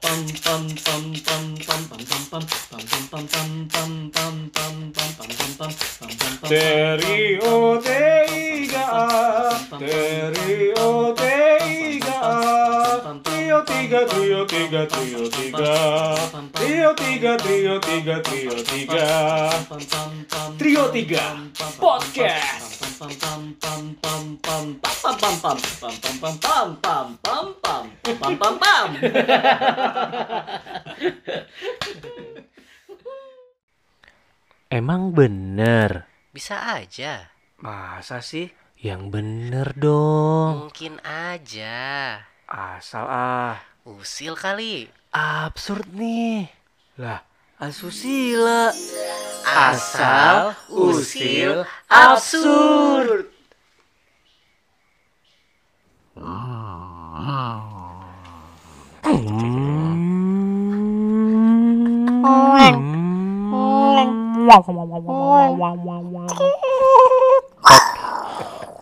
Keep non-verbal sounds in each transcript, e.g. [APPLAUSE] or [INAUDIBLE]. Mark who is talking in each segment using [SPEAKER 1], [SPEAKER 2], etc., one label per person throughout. [SPEAKER 1] pam pam pam pam pam pam pam pam pam pam pam pam pam pam pam pam pam pam pam pam pam
[SPEAKER 2] T-R-I-O-T-I-G-A T-R-I-O-T-I-G-A Trio tiga, trio tiga, trio tiga Trio tiga, trio tiga, trio tiga Trio tiga Podcast
[SPEAKER 3] Emang bener?
[SPEAKER 4] Bisa aja.
[SPEAKER 3] Masa sih? Yang bener dong.
[SPEAKER 4] Mungkin aja.
[SPEAKER 3] Asal ah.
[SPEAKER 4] Usil kali.
[SPEAKER 3] Absurd nih. Lah, asusila.
[SPEAKER 4] Asal, usil, absurd.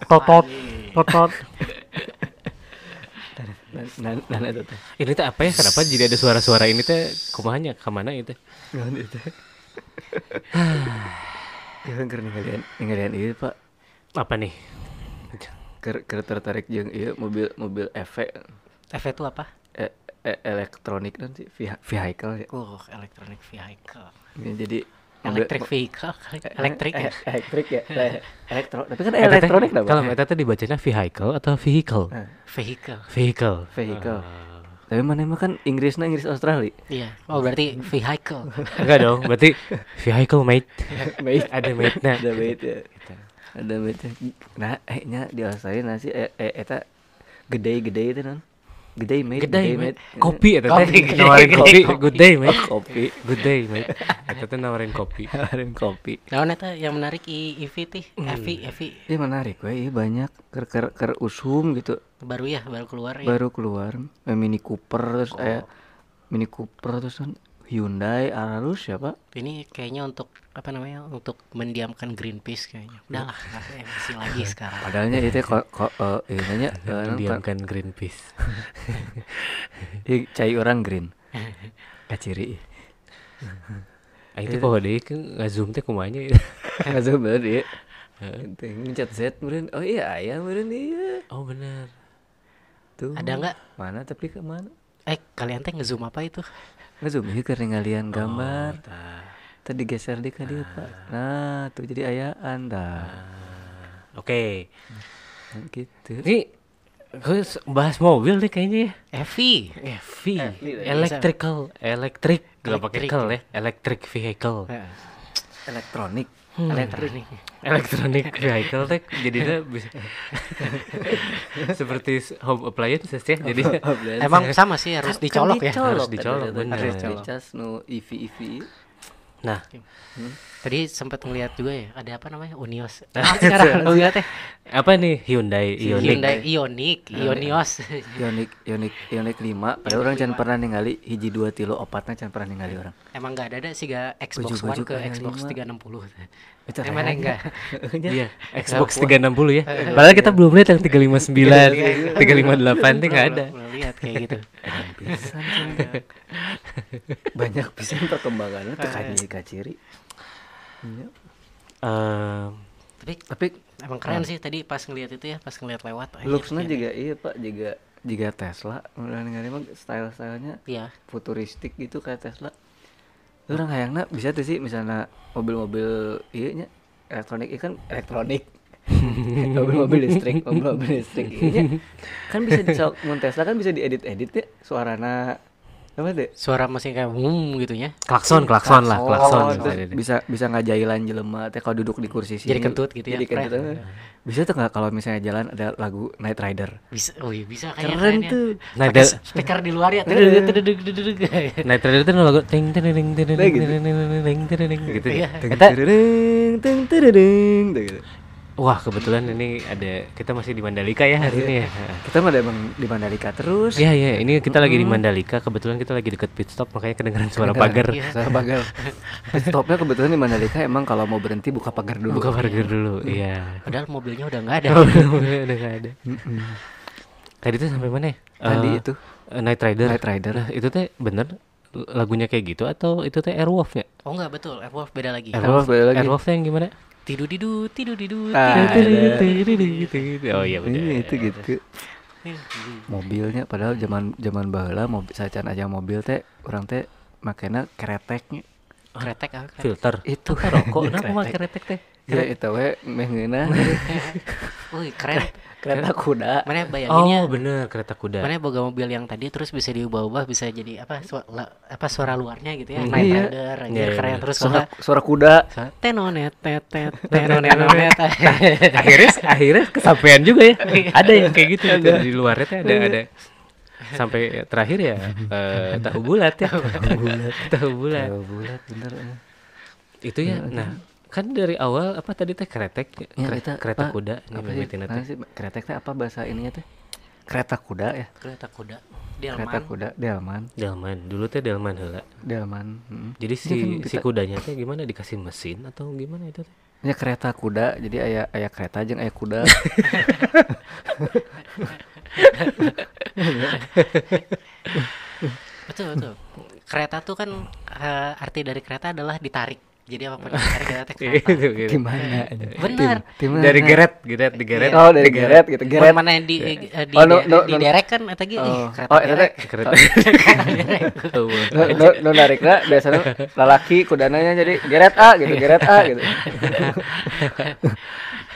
[SPEAKER 3] Totot. Totot. Ini teh apa ya? Kenapa jadi ada suara-suara ini teh kumahnya kemana itu?
[SPEAKER 2] Jangan itu Jangan keren ngalian Ngalian iya pak
[SPEAKER 3] Apa nih?
[SPEAKER 2] Ker, ker tertarik jeung iya mobil mobil efek
[SPEAKER 4] Efek itu apa?
[SPEAKER 2] e, e- elektronik dan sih vehi- vehicle ya.
[SPEAKER 4] Uh, electronic vehicle.
[SPEAKER 2] Ini jadi mobil-
[SPEAKER 4] Electric vehicle kali. Elektrik ya?
[SPEAKER 2] Eh, elektrik ya Eh, elektro tapi kan
[SPEAKER 3] Eh, teteh,
[SPEAKER 2] elektronik dah
[SPEAKER 3] Kalau
[SPEAKER 2] Pak.
[SPEAKER 3] eta teh dibacanya vehicle atau vehicle?
[SPEAKER 2] Nah,
[SPEAKER 4] Vehicle.
[SPEAKER 3] Vehicle.
[SPEAKER 2] vehicle tapi mana mah kan Inggrisnya Inggris Australia
[SPEAKER 4] Iya. Oh, berarti vehicle.
[SPEAKER 3] Enggak dong,
[SPEAKER 2] [LAUGHS]
[SPEAKER 3] berarti vehicle mate.
[SPEAKER 2] Mate.
[SPEAKER 3] Ada mate-nya.
[SPEAKER 2] ada bait ya ada bait ya. nah eh nya di Australia nasi eh eh eta gede-gede itu non gede mate
[SPEAKER 3] Gede, mate.
[SPEAKER 2] mate.
[SPEAKER 3] Kopi eta
[SPEAKER 4] Kopi,
[SPEAKER 3] teh
[SPEAKER 4] gede,
[SPEAKER 2] [LAUGHS]
[SPEAKER 3] nawarin
[SPEAKER 4] gede,
[SPEAKER 3] kopi.
[SPEAKER 4] kopi.
[SPEAKER 3] Good day, mate.
[SPEAKER 2] Oh, kopi
[SPEAKER 3] Good day, mate. Eta teh nawarin kopi.
[SPEAKER 2] kemarin kopi
[SPEAKER 4] [LAUGHS] Nah, neta yang menarik I Ivi tih. Evi, Evi.
[SPEAKER 2] ini menarik we iya banyak ker ker ker usum gitu
[SPEAKER 4] Baru ya, baru keluar ya.
[SPEAKER 2] baru keluar eh, Mini Cooper terus eh Mini Cooper terus kan Hyundai Ararus ya pak
[SPEAKER 4] Ini kayaknya untuk apa namanya? Untuk mendiamkan Greenpeace kayaknya. Udah [LAUGHS] lah, masih [LAUGHS] lagi sekarang.
[SPEAKER 2] [LAUGHS] padahalnya itu kok kok eh ininya orang kan
[SPEAKER 3] Diamkan Greenpeace.
[SPEAKER 2] ih, Iya, cai orang [LAUGHS] green kaciri
[SPEAKER 3] Aing teh
[SPEAKER 2] Iya.
[SPEAKER 3] poho deui kan ngazoom teh kumanya.
[SPEAKER 2] [LAUGHS] Masuk bener ya Ngecat Z kemudian Oh iya ayah kemudian iya
[SPEAKER 3] Oh benar.
[SPEAKER 2] Tuh
[SPEAKER 4] Ada nggak?
[SPEAKER 2] Mana tapi kemana
[SPEAKER 4] Eh, kalian teh ngezoom apa itu?
[SPEAKER 2] Ngezoom ya karena ngalian gambar Tadi geser deh kan dia pak Nah tuh jadi ayah anda
[SPEAKER 3] Oke.
[SPEAKER 2] Gitu
[SPEAKER 3] Ini gue s- bahas mobil nih kayaknya ya.
[SPEAKER 4] Evi.
[SPEAKER 2] Eh,
[SPEAKER 3] EV, electrical, electric, gak pakai
[SPEAKER 4] Electric.
[SPEAKER 3] kel ya, electric vehicle,
[SPEAKER 2] Elektronik Kan
[SPEAKER 4] Elektronik.
[SPEAKER 3] electronic [LAUGHS] vehicle teh jadinya bisa [LAUGHS] seperti s- home appliances ya, jadi
[SPEAKER 4] Emang sama sih harus dicolok ya.
[SPEAKER 3] Harus dicolok, bener.
[SPEAKER 2] Harus dicas no EV EV
[SPEAKER 3] nah
[SPEAKER 4] Tadi sempat ngeliat juga ya, ada apa namanya? Unios. Ah, sekarang ngeliat teh.
[SPEAKER 3] apa nih Hyundai Ioniq,
[SPEAKER 4] Hyundai Ioniq, Ionios.
[SPEAKER 2] Ioniq Ioniq Ioniq 5 Padahal orang jangan pernah ningali Hiji dua tilo opatnya jangan pernah ningali orang
[SPEAKER 4] Emang nggak ada ada sih gak Xbox One
[SPEAKER 2] Ujuk-ujuk
[SPEAKER 4] ke
[SPEAKER 2] kayak
[SPEAKER 4] Xbox
[SPEAKER 2] lima.
[SPEAKER 4] 360.
[SPEAKER 2] Itu
[SPEAKER 4] Emang
[SPEAKER 2] kayaknya. [LAUGHS]
[SPEAKER 4] enggak?
[SPEAKER 3] iya Xbox 360 ya, padahal kita belum lihat yang 359, 358 teh nggak ada,
[SPEAKER 4] Belum- belum lihat kayak gitu.
[SPEAKER 2] Pisan, cuy. Banyak pisan perkembangannya tuh kaciri kaciri Iya.
[SPEAKER 3] Ehm,
[SPEAKER 4] Tapi
[SPEAKER 2] Tapi
[SPEAKER 4] emang keren sih tadi pas ngeliat itu ya, pas ngeliat lewat. anjir,
[SPEAKER 2] looksnya
[SPEAKER 4] iya.
[SPEAKER 2] juga iya pak juga juga Tesla mudah emang style stylenya
[SPEAKER 4] Iya.
[SPEAKER 2] futuristik gitu kayak Tesla orang hayangna bisa tuh sih misalnya mobil-mobil iya nya elektronik iya kan elektronik mobil-mobil listrik mobil-mobil listrik iya nya. kan bisa di mun Tesla kan bisa diedit-edit ya suarana apa deh
[SPEAKER 4] Suara mesin kayak wum gitu ya.
[SPEAKER 3] klakson, klakson lah, klakson, Iya,
[SPEAKER 2] Oh, terus bisa bisa nggak jailan jelema teh kalau duduk di kursi sini
[SPEAKER 4] Jadi kentut gitu ya,
[SPEAKER 2] jadi kentut
[SPEAKER 4] keren.
[SPEAKER 2] eh. bisa tuh nggak kalau misalnya jalan ada lagu Night Rider
[SPEAKER 4] Bisa, oh iya bisa kayaknya.
[SPEAKER 2] Keren
[SPEAKER 4] ya.
[SPEAKER 2] tuh.
[SPEAKER 3] Nah,
[SPEAKER 4] Pakai
[SPEAKER 3] ada-
[SPEAKER 4] speaker di luar ya. Tududuk, tududuk, tududuk.
[SPEAKER 3] Night Rider itu lagu ting ting ting ting ting
[SPEAKER 2] gitu.
[SPEAKER 3] ting ting ting ting gitu.
[SPEAKER 4] Iya.
[SPEAKER 3] Kita
[SPEAKER 2] Teng, teng, teng, tuh gitu.
[SPEAKER 3] wah kebetulan ini ada kita masih di Mandalika ya hari ini ya.
[SPEAKER 2] kita mah ada emang di Mandalika terus
[SPEAKER 3] Iya iya, ini kita lagi di Mandalika. Kebetulan kita lagi deket pit stop, makanya kedengeran suara pagar.
[SPEAKER 2] Saya pagar stopnya kebetulan di Mandalika emang kalau mau berhenti buka pagar dulu
[SPEAKER 3] Buka pagar dulu.
[SPEAKER 2] [LAUGHS]
[SPEAKER 3] Iya.
[SPEAKER 4] Padahal mobilnya udah nggak ada.
[SPEAKER 3] Udah nggak ada. Tadi itu sampai mana ya?
[SPEAKER 2] tadi
[SPEAKER 3] Eh,
[SPEAKER 2] itu
[SPEAKER 3] Eh, Knight Rider.
[SPEAKER 2] Knight Rider.
[SPEAKER 3] Nah, itu teh bener lagunya kayak gitu atau itu teh Airwolf ya?
[SPEAKER 4] Oh enggak betul, Airwolf beda lagi.
[SPEAKER 2] Airwolf beda lagi.
[SPEAKER 3] Airwolf teh yang gimana?
[SPEAKER 4] Tidu didu, tidu didu.
[SPEAKER 2] Ah, ada.
[SPEAKER 3] Oh iya bener.
[SPEAKER 2] Iya, itu gitu. Mobilnya padahal zaman zaman baheula mobil sacan aja mobil teh orang teh makanya kereteknya
[SPEAKER 4] Kretek apa? kretek?
[SPEAKER 3] Filter.
[SPEAKER 2] itu
[SPEAKER 3] Rokok kenapa mah
[SPEAKER 2] Kretek.
[SPEAKER 3] keretek teh?
[SPEAKER 2] Ya itu we meh ngeunah
[SPEAKER 4] Wih, keren.
[SPEAKER 2] kereta kuda.
[SPEAKER 4] Mana bayanginnya?
[SPEAKER 3] Oh bener kereta kuda.
[SPEAKER 4] Mana boga mobil yang tadi terus bisa diubah-ubah bisa jadi apa suara, apa suara luarnya gitu ya.
[SPEAKER 2] Hmm,
[SPEAKER 4] Night
[SPEAKER 2] iya.
[SPEAKER 4] Rider anjir,
[SPEAKER 3] Iya, iya,
[SPEAKER 4] keren
[SPEAKER 3] iya.
[SPEAKER 4] terus
[SPEAKER 2] Suara
[SPEAKER 4] suara
[SPEAKER 2] suara kuda.
[SPEAKER 4] tenonet tet tet
[SPEAKER 3] [LAUGHS]
[SPEAKER 4] tenonet
[SPEAKER 2] Nah,
[SPEAKER 3] akhirnya akhirnya kesampaian juga ya ada yang kayak gitu gitu. di luarnya teh ada ada sampai terakhir ya eh, tahu bulat ya tahu bulat
[SPEAKER 2] Ya, bulat bener. eh.
[SPEAKER 3] itu
[SPEAKER 2] Iya.
[SPEAKER 3] ya nah kan dari awal apa tadi teh keretek
[SPEAKER 2] Ya,
[SPEAKER 3] kereta,
[SPEAKER 2] eta,
[SPEAKER 3] kereta
[SPEAKER 2] apa-
[SPEAKER 3] kuda ini
[SPEAKER 2] apa sih?
[SPEAKER 3] mimitina
[SPEAKER 2] Mana
[SPEAKER 3] teh.
[SPEAKER 2] sih keretek teh apa bahasa ininya teh? Kereta kuda ya.
[SPEAKER 4] kereta kuda.
[SPEAKER 2] Kereta
[SPEAKER 4] Delman.
[SPEAKER 2] kuda delman,
[SPEAKER 3] delman dulu teh delman heula
[SPEAKER 2] delman. heeh.
[SPEAKER 3] jadi
[SPEAKER 2] Dia kan
[SPEAKER 3] si si
[SPEAKER 2] bisa-
[SPEAKER 3] kudanya teh gimana dikasih mesin atau gimana itu teh
[SPEAKER 2] Ya kereta kuda, jadi aya aya kereta jeung aya
[SPEAKER 3] [LAUGHS]
[SPEAKER 2] kuda.
[SPEAKER 3] Gitu.
[SPEAKER 4] Betul betul. Kereta tuh kan eh, arti dari kereta adalah ditarik. Jadi apapun yang ditarik
[SPEAKER 3] [LAUGHS]
[SPEAKER 4] kita teh kereta.
[SPEAKER 3] Gitu, gitu.
[SPEAKER 2] Gimana? anjing?
[SPEAKER 4] Bener.
[SPEAKER 2] Tim- tim
[SPEAKER 3] dari
[SPEAKER 2] mana?
[SPEAKER 3] geret geret digeret
[SPEAKER 2] Oh, dari geret gitu.
[SPEAKER 4] Buat
[SPEAKER 2] Geret.
[SPEAKER 4] mana yang di eh, di,
[SPEAKER 2] Oh, no,
[SPEAKER 4] di-
[SPEAKER 2] no,
[SPEAKER 4] di
[SPEAKER 2] no.
[SPEAKER 4] derek kan eta ge ih,
[SPEAKER 2] Oh,
[SPEAKER 4] kereta
[SPEAKER 2] oh
[SPEAKER 4] derek.
[SPEAKER 2] eta
[SPEAKER 3] [LAUGHS] kereta Tahu bulat.
[SPEAKER 2] Nu nu nu narikna biasanya lalaki kudananya jadi geret A gitu, geret A
[SPEAKER 3] [LAUGHS]
[SPEAKER 2] gitu.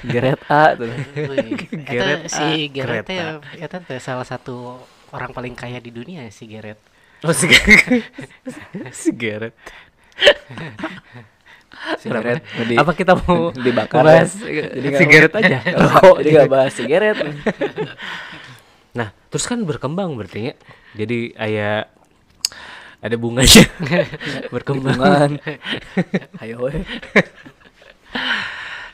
[SPEAKER 2] geret A tuh.
[SPEAKER 3] [LAUGHS]
[SPEAKER 4] Wih, eta
[SPEAKER 3] Geret,
[SPEAKER 4] si
[SPEAKER 3] ah,
[SPEAKER 4] Geret teh
[SPEAKER 3] kereta.
[SPEAKER 4] eta ya. teh salah satu orang paling kaya di dunia si Geret.
[SPEAKER 3] oh si
[SPEAKER 2] [LAUGHS]
[SPEAKER 3] geret si [LAUGHS] geret
[SPEAKER 2] Sigaret jadi
[SPEAKER 3] apa kita mau
[SPEAKER 2] [LAUGHS] dibakar
[SPEAKER 3] bahas
[SPEAKER 2] ya? Jadi
[SPEAKER 3] [LAUGHS]
[SPEAKER 2] nggak-
[SPEAKER 3] sigaret
[SPEAKER 2] [LAUGHS]
[SPEAKER 3] aja Oh,
[SPEAKER 2] rokok jadi gak bahas sigaret.
[SPEAKER 3] nah terus kan berkembang berarti ya jadi ayah ada
[SPEAKER 2] [LAUGHS]
[SPEAKER 3] bunganya berkembang
[SPEAKER 2] Bungan. Ayo we.
[SPEAKER 3] [LAUGHS]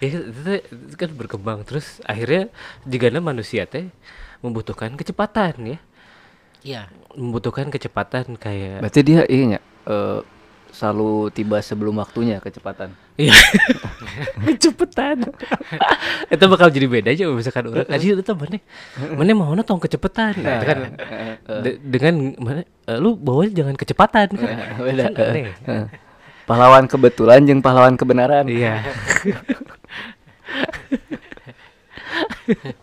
[SPEAKER 3] ya, itu teh kan berkembang terus akhirnya jika manusia teh membutuhkan kecepatan ya
[SPEAKER 4] Iya.
[SPEAKER 3] membutuhkan kecepatan kayak
[SPEAKER 2] Berarti dia iya selalu tiba sebelum waktunya kecepatan. [LAUGHS]
[SPEAKER 3] iya kecepetan [LAUGHS] itu bakal jadi beda aja misalkan orang aja itu mana mana mau tong kecepetan nah, itu kan de- dengan mana eh, lu bawanya jangan kecepatan kan
[SPEAKER 2] beda.
[SPEAKER 3] Kan aneh.
[SPEAKER 2] Heeh. pahlawan kebetulan jeung pahlawan kebenaran. [LAUGHS]
[SPEAKER 3] iya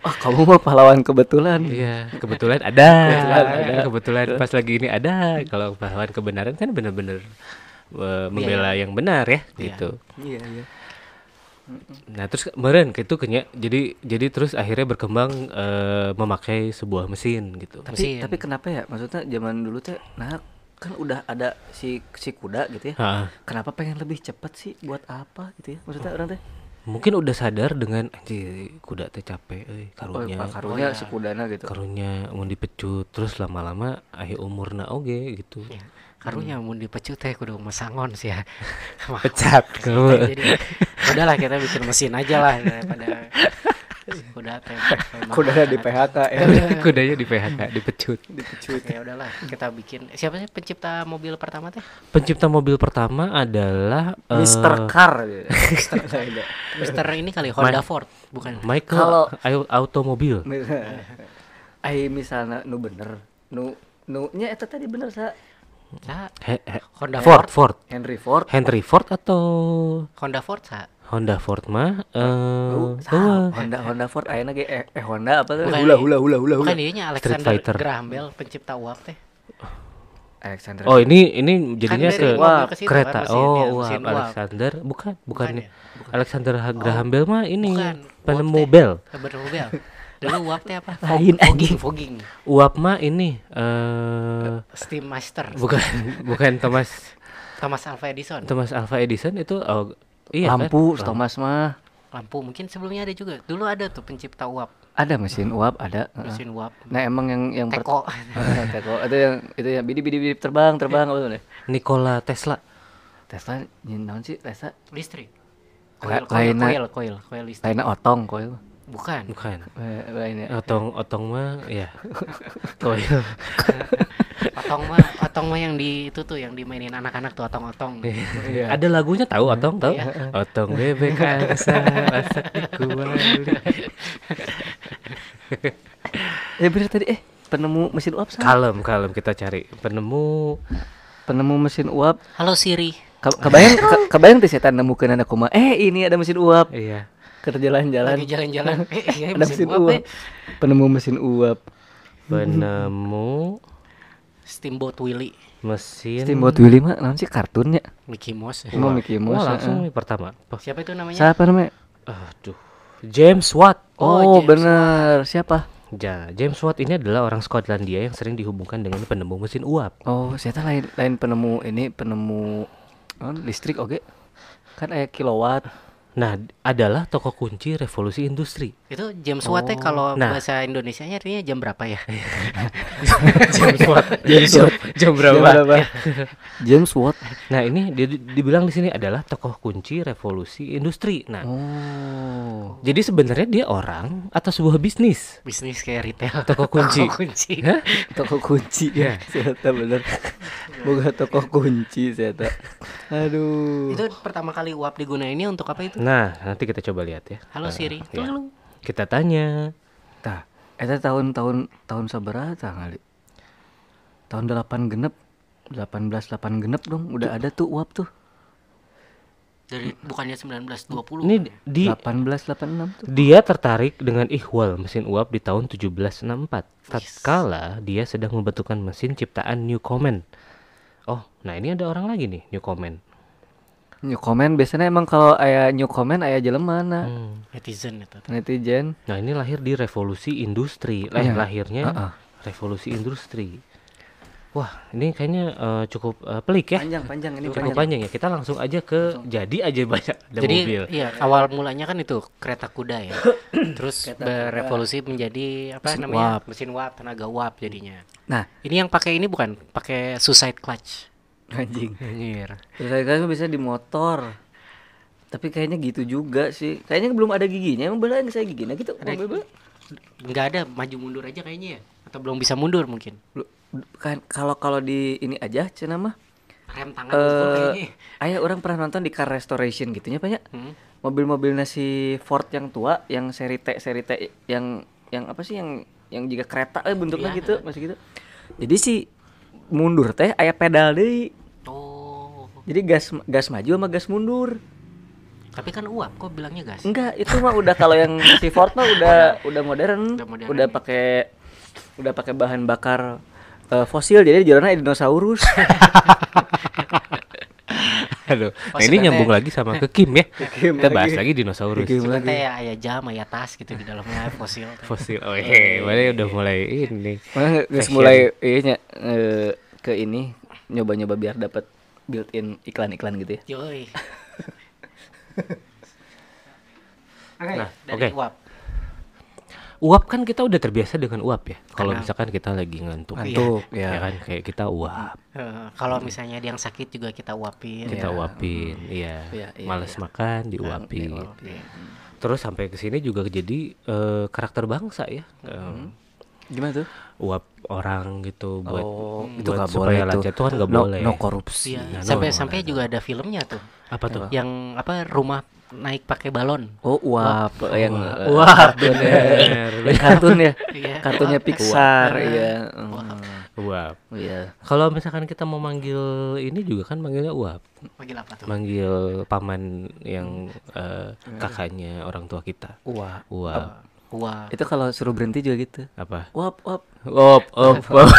[SPEAKER 2] Wah, Ah, kamu mah pahlawan kebetulan.
[SPEAKER 3] Iya, kebetulan ada.
[SPEAKER 2] Kebetulan
[SPEAKER 3] Kebetulan,
[SPEAKER 2] ada.
[SPEAKER 3] pas lagi ini ada. Kalau pahlawan kebenaran kan benar-benar eh, membela yang benar ya, gitu.
[SPEAKER 2] Iya, iya.
[SPEAKER 3] Nah, terus kemarin gitu kenya jadi jadi terus akhirnya berkembang eh, memakai sebuah mesin gitu.
[SPEAKER 2] Tapi,
[SPEAKER 4] Mesin.
[SPEAKER 2] tapi kenapa ya? Maksudnya zaman dulu teh nah kan udah ada si si kuda gitu ya.
[SPEAKER 3] Ha,
[SPEAKER 2] Kenapa pengen lebih cepat sih buat apa gitu ya? Maksudnya orang teh
[SPEAKER 3] mungkin udah sadar dengan anjir kuda teh capek euy
[SPEAKER 2] oh,
[SPEAKER 3] karunya.
[SPEAKER 2] karunya si kudana gitu.
[SPEAKER 3] karunya mau dipecut terus lama-lama akhir umurna oge gitu. [LAUGHS]
[SPEAKER 4] Ya. Karunya mun dipecut teh kudu mesangon sih ya. Mah, [LAUGHS]
[SPEAKER 3] Pecat
[SPEAKER 4] teh
[SPEAKER 3] kamu.
[SPEAKER 4] Jadi udahlah kita bikin mesin aja
[SPEAKER 3] [LAUGHS]
[SPEAKER 4] lah daripada si kuda teh.
[SPEAKER 2] Kudana di PHK ya.
[SPEAKER 3] Kudanya di PHK, dipecut.
[SPEAKER 4] Ya udahlah kita bikin siapa sih pencipta mobil pertama teh?
[SPEAKER 3] Pencipta mobil pertama adalah eh,
[SPEAKER 2] Mister Car gitu.
[SPEAKER 3] [LAUGHS]
[SPEAKER 4] Mister ini kali Honda Ford bukan?
[SPEAKER 3] Michael
[SPEAKER 2] Kalau-
[SPEAKER 3] Ayo Automobil.
[SPEAKER 2] [LAUGHS] Ai misalnya nu bener, nu nu nya eta tadi bener sa
[SPEAKER 4] Sa,
[SPEAKER 3] He- he-
[SPEAKER 4] Honda
[SPEAKER 3] Ford, Ford.
[SPEAKER 2] Henry Ford.
[SPEAKER 3] Henry Ford atau
[SPEAKER 4] Honda Ford sa.
[SPEAKER 3] Honda Ford mah eh
[SPEAKER 2] Nu sa,
[SPEAKER 3] eueuh.
[SPEAKER 2] Honda Honda Ford ayeuna ge eh, eh, Honda apa tuh?
[SPEAKER 4] Bukan.
[SPEAKER 2] Hula hula hula hula. hula.
[SPEAKER 4] Bukan dia nya
[SPEAKER 3] Street
[SPEAKER 4] Alexander
[SPEAKER 3] Fighter.
[SPEAKER 4] Graham Bell pencipta uap teh.
[SPEAKER 2] Alexander.
[SPEAKER 3] Oh, ini ini jadinya
[SPEAKER 4] dari
[SPEAKER 3] ke
[SPEAKER 4] mobil ke situ kan,
[SPEAKER 3] kereta. oh,
[SPEAKER 4] mesin, ya,
[SPEAKER 3] uap.
[SPEAKER 4] mesin uap.
[SPEAKER 3] Alexander bukan, bukan,
[SPEAKER 4] Bukan ya?
[SPEAKER 3] Alexander H. Graham Bell mah ini
[SPEAKER 4] Bukan.
[SPEAKER 3] penemu
[SPEAKER 4] uap teh.
[SPEAKER 3] bel.
[SPEAKER 4] Penemu bel. Dulu uap teh apa?
[SPEAKER 2] Lain
[SPEAKER 4] fogging, fogging.
[SPEAKER 3] Uap mah ini eh
[SPEAKER 4] Steam Master.
[SPEAKER 3] bukan [LAUGHS] bukan Thomas
[SPEAKER 4] Thomas Alva Edison.
[SPEAKER 3] Thomas Alva Edison itu oh, iya kan?
[SPEAKER 2] Lampu Thomas mah
[SPEAKER 4] Lampu mungkin sebelumnya ada juga. Dulu ada tuh pencipta uap,
[SPEAKER 2] ada mesin uap ada.
[SPEAKER 3] Ah.
[SPEAKER 2] heeh.
[SPEAKER 4] mesin uap.
[SPEAKER 2] Nah emang yang yang per-
[SPEAKER 4] Teko. [LAUGHS]
[SPEAKER 2] Heeh, [LAUGHS] teko itu yang itu yang bidi bidi bidi terbang terbang apa tuh
[SPEAKER 3] Nikola Tesla.
[SPEAKER 2] Tesla nyin naon sih Tesla
[SPEAKER 4] Listrik.
[SPEAKER 2] La-
[SPEAKER 4] Koil, koil,
[SPEAKER 2] lainnya-
[SPEAKER 4] koil, koil, koil listrik.
[SPEAKER 2] lainnya otong koil
[SPEAKER 4] Bukan.
[SPEAKER 3] Bukan.
[SPEAKER 2] Eh, lainnya
[SPEAKER 3] Otong otong mah
[SPEAKER 2] [LAUGHS]
[SPEAKER 3] iya. ya. Toil.
[SPEAKER 4] Otong mah, otong mah yang di itu tuh yang dimainin anak-anak tuh otong-otong.
[SPEAKER 2] Iya.
[SPEAKER 3] Ada lagunya tahu Otong tahu? Otong bebek angsa masak di kuali.
[SPEAKER 2] ya bener tadi eh penemu mesin uap sama
[SPEAKER 3] Kalem, kalem kita cari penemu
[SPEAKER 2] penemu mesin uap
[SPEAKER 4] Halo Siri.
[SPEAKER 2] Ka- kebayang ka- kebayang tuh setan nemukeun anak kumaha eh ini ada mesin uap [LAUGHS]
[SPEAKER 3] iya.
[SPEAKER 2] kerjalan-jalan
[SPEAKER 4] Lagi
[SPEAKER 3] [LAUGHS]
[SPEAKER 4] jalan-jalan. Eh, iya,
[SPEAKER 2] ada mesin uap
[SPEAKER 4] eh.
[SPEAKER 2] penemu mesin uap
[SPEAKER 3] Penemu
[SPEAKER 4] Steamboat Willy.
[SPEAKER 3] mesin
[SPEAKER 2] Steamboat Willy mah naon sih kartunnya
[SPEAKER 4] Mickey Mouse. ya.
[SPEAKER 2] Cuma Mickey
[SPEAKER 3] Wah,
[SPEAKER 2] Mouse heeh.
[SPEAKER 3] Oh, langsung nih pertama. Pas-
[SPEAKER 4] Siapa itu namanya?
[SPEAKER 2] siapa namanya
[SPEAKER 3] Aduh. James Watt.
[SPEAKER 2] oh,
[SPEAKER 4] James
[SPEAKER 2] bener siapa
[SPEAKER 3] Ja, James Watt ini adalah orang Skotlandia yang sering dihubungkan dengan penemu mesin uap.
[SPEAKER 2] oh setan lain lain penemu ini penemu naon, listrik oke kan aya kilowatt
[SPEAKER 3] Nah, d- adalah tokoh kunci revolusi industri.
[SPEAKER 4] Itu jam Watt teh kalau
[SPEAKER 3] Nah.
[SPEAKER 4] bahasa Indonesianya artinya jam berapa ya?
[SPEAKER 3] [LAUGHS] James Watt. James
[SPEAKER 2] [LAUGHS]
[SPEAKER 3] Watt. Jam
[SPEAKER 2] Siapa, Bang? James Watt
[SPEAKER 3] Nah, ini dia di- dibilang di sini adalah tokoh kunci revolusi industri. Nah,
[SPEAKER 2] oh
[SPEAKER 3] jadi sebenarnya dia orang atau sebuah bisnis.
[SPEAKER 4] Bisnis kayak retail.
[SPEAKER 3] Toko [LAUGHS] kunci.
[SPEAKER 4] Toko [LAUGHS] kunci.
[SPEAKER 3] Hah?
[SPEAKER 2] toko kunci ya
[SPEAKER 3] Iya.
[SPEAKER 2] [LAUGHS] Seta bener boga toko kunci Seta aduh
[SPEAKER 4] Itu pertama kali uap digunainnya untuk apa itu?
[SPEAKER 3] Nah, nanti kita coba lihat ya.
[SPEAKER 4] Halo
[SPEAKER 3] Eh,
[SPEAKER 4] Siri.
[SPEAKER 3] ya.
[SPEAKER 4] Tolong.
[SPEAKER 3] Kita tanya.
[SPEAKER 2] Tah, eta tahun-tahun tahun seberapa kali? Tahun 8 genep, 18 genep dong, udah ada tuh uap tuh.
[SPEAKER 4] Dari bukannya 1920.
[SPEAKER 3] Ini di
[SPEAKER 2] 1886 tuh.
[SPEAKER 3] Dia tertarik dengan ihwal mesin uap di tahun 1764. Tatkala dia sedang membentukkan mesin ciptaan Newcomen. Oh, nah ini ada orang lagi nih Newcomen.
[SPEAKER 2] New comment biasanya emang kalau aya new comment aya jelema na.
[SPEAKER 3] Hmm.
[SPEAKER 4] netizen itu.
[SPEAKER 2] Netizen.
[SPEAKER 3] Nah ini lahir di revolusi industri. Lah,
[SPEAKER 2] Iya.
[SPEAKER 3] lahirnya
[SPEAKER 2] Ah, ah.
[SPEAKER 3] revolusi industri. Wah, ini kayaknya eh, cukup eh, pelik ya.
[SPEAKER 2] Panjang-panjang ini
[SPEAKER 3] Cukup panjang ya. Kita langsung aja ke jadi aja banyak ada
[SPEAKER 4] Jadi
[SPEAKER 2] [LAUGHS]
[SPEAKER 3] mobil.
[SPEAKER 4] iya awal mulanya kan itu kereta kuda
[SPEAKER 3] [COUGHS]
[SPEAKER 4] ya. Terus berevolusi menjadi apa
[SPEAKER 2] Mesin
[SPEAKER 4] namanya?
[SPEAKER 2] uap.
[SPEAKER 4] Mesin uap, tenaga uap jadinya.
[SPEAKER 2] Nah,
[SPEAKER 4] Ini yang pakai ini bukan pakai suicide clutch.
[SPEAKER 2] anjing.
[SPEAKER 4] Anjir.
[SPEAKER 2] Terus kan bisa di motor. Tapi kayaknya gitu juga sih. Kayaknya belum ada giginya. Emang beneran saya giginya gitu. Mobil beulah.
[SPEAKER 4] Enggak ada maju mundur aja kayaknya ya. Atau belum bisa mundur mungkin.
[SPEAKER 2] Lu- kan kalau kalau di ini aja cenah mah
[SPEAKER 4] Rem tangan mukul kayaknya.
[SPEAKER 2] eh ayah orang pernah nonton di car restoration gitunya banyak
[SPEAKER 4] Hmm.
[SPEAKER 2] mobil-mobil nasi Ford yang tua yang seri T seri T yang yang apa sih yang yang juga kereta eh bentuknya
[SPEAKER 4] Iya.
[SPEAKER 2] gitu masih gitu jadi si mundur teh ayah pedal deh
[SPEAKER 4] Oh.
[SPEAKER 2] jadi gas gas maju sama gas mundur
[SPEAKER 4] Tapi kan uap kok bilangnya gas.
[SPEAKER 2] enggak itu mah udah kalau yang si Ford mah udah udah modern
[SPEAKER 4] Udah modern.
[SPEAKER 2] udah pakai udah pakai bahan bakar eh, fosil jadi jalannya dinosaurus
[SPEAKER 3] Aduh,
[SPEAKER 4] Oh,
[SPEAKER 3] nah ini
[SPEAKER 4] sebenarnya-
[SPEAKER 3] nyambung lagi sama ke Kim
[SPEAKER 2] [LAUGHS]
[SPEAKER 3] ya.
[SPEAKER 2] Kim
[SPEAKER 3] Kita bahas
[SPEAKER 2] lagi.
[SPEAKER 3] lagi dinosaurus.
[SPEAKER 2] Ke Kim lagi.
[SPEAKER 4] Seperti ya ayah jam, ayah tas gitu di
[SPEAKER 3] [LAUGHS]
[SPEAKER 4] dalamnya fosil.
[SPEAKER 3] Fosil. Oh, hehe, mana udah mulai ini.
[SPEAKER 2] Mana nggak
[SPEAKER 3] Fashion.
[SPEAKER 2] mulai iya nya, eh, ke ini nyoba-nyoba biar dapat built-in iklan-iklan gitu ya.
[SPEAKER 4] Yoi.
[SPEAKER 3] Nah,
[SPEAKER 4] Dari
[SPEAKER 3] oke.
[SPEAKER 4] uap.
[SPEAKER 3] Uap kan kita udah terbiasa dengan uap ya. Kalau
[SPEAKER 4] Karena-
[SPEAKER 3] misalkan kita lagi ngantuk,
[SPEAKER 2] Ngantuk,
[SPEAKER 3] ya.
[SPEAKER 2] ya.
[SPEAKER 3] kan kayak kita uap,
[SPEAKER 4] Eh, kalau misalnya ada yang sakit juga kita uapin.
[SPEAKER 3] kita uapin, iya.
[SPEAKER 2] Iya, iya,
[SPEAKER 3] Males makan diuapin.
[SPEAKER 2] Iya.
[SPEAKER 3] Terus sampai ke sini juga jadi eh, karakter bangsa ya. Eh,
[SPEAKER 2] Hmm. Gimana tuh?
[SPEAKER 3] uap orang gitu buat
[SPEAKER 2] Oh,
[SPEAKER 3] buat
[SPEAKER 2] itu nggak boleh
[SPEAKER 3] supaya
[SPEAKER 2] tuh.
[SPEAKER 3] lancar tuh kan nggak
[SPEAKER 2] No-
[SPEAKER 3] boleh.
[SPEAKER 2] no korupsi.
[SPEAKER 4] Iya,
[SPEAKER 3] Nah, no,
[SPEAKER 4] sampai
[SPEAKER 3] no,
[SPEAKER 4] sampai juga ada filmnya tuh.
[SPEAKER 3] Apa tuh?
[SPEAKER 2] Iya,
[SPEAKER 4] Yang apa rumah naik pakai balon.
[SPEAKER 2] Oh, uap yang
[SPEAKER 3] Uap bener.
[SPEAKER 2] yang kartun [LAUGHS] ya.
[SPEAKER 4] Iya.
[SPEAKER 2] Kartunnya
[SPEAKER 4] Uap.
[SPEAKER 2] Pixar
[SPEAKER 4] Uap.
[SPEAKER 2] iya.
[SPEAKER 3] uap.
[SPEAKER 2] Oh, iya.
[SPEAKER 3] Kalau misalkan kita mau manggil ini juga kan manggilnya uap.
[SPEAKER 4] Panggil apa tuh?
[SPEAKER 3] Manggil paman yang eh,
[SPEAKER 2] Hmm.
[SPEAKER 3] kakaknya orang tua kita.
[SPEAKER 2] Uap.
[SPEAKER 3] Uap.
[SPEAKER 4] Uap.
[SPEAKER 2] Itu kalau suruh berhenti juga gitu.
[SPEAKER 3] Apa?
[SPEAKER 2] Uap, uap.
[SPEAKER 3] Op, op,
[SPEAKER 2] [LAUGHS]
[SPEAKER 3] op.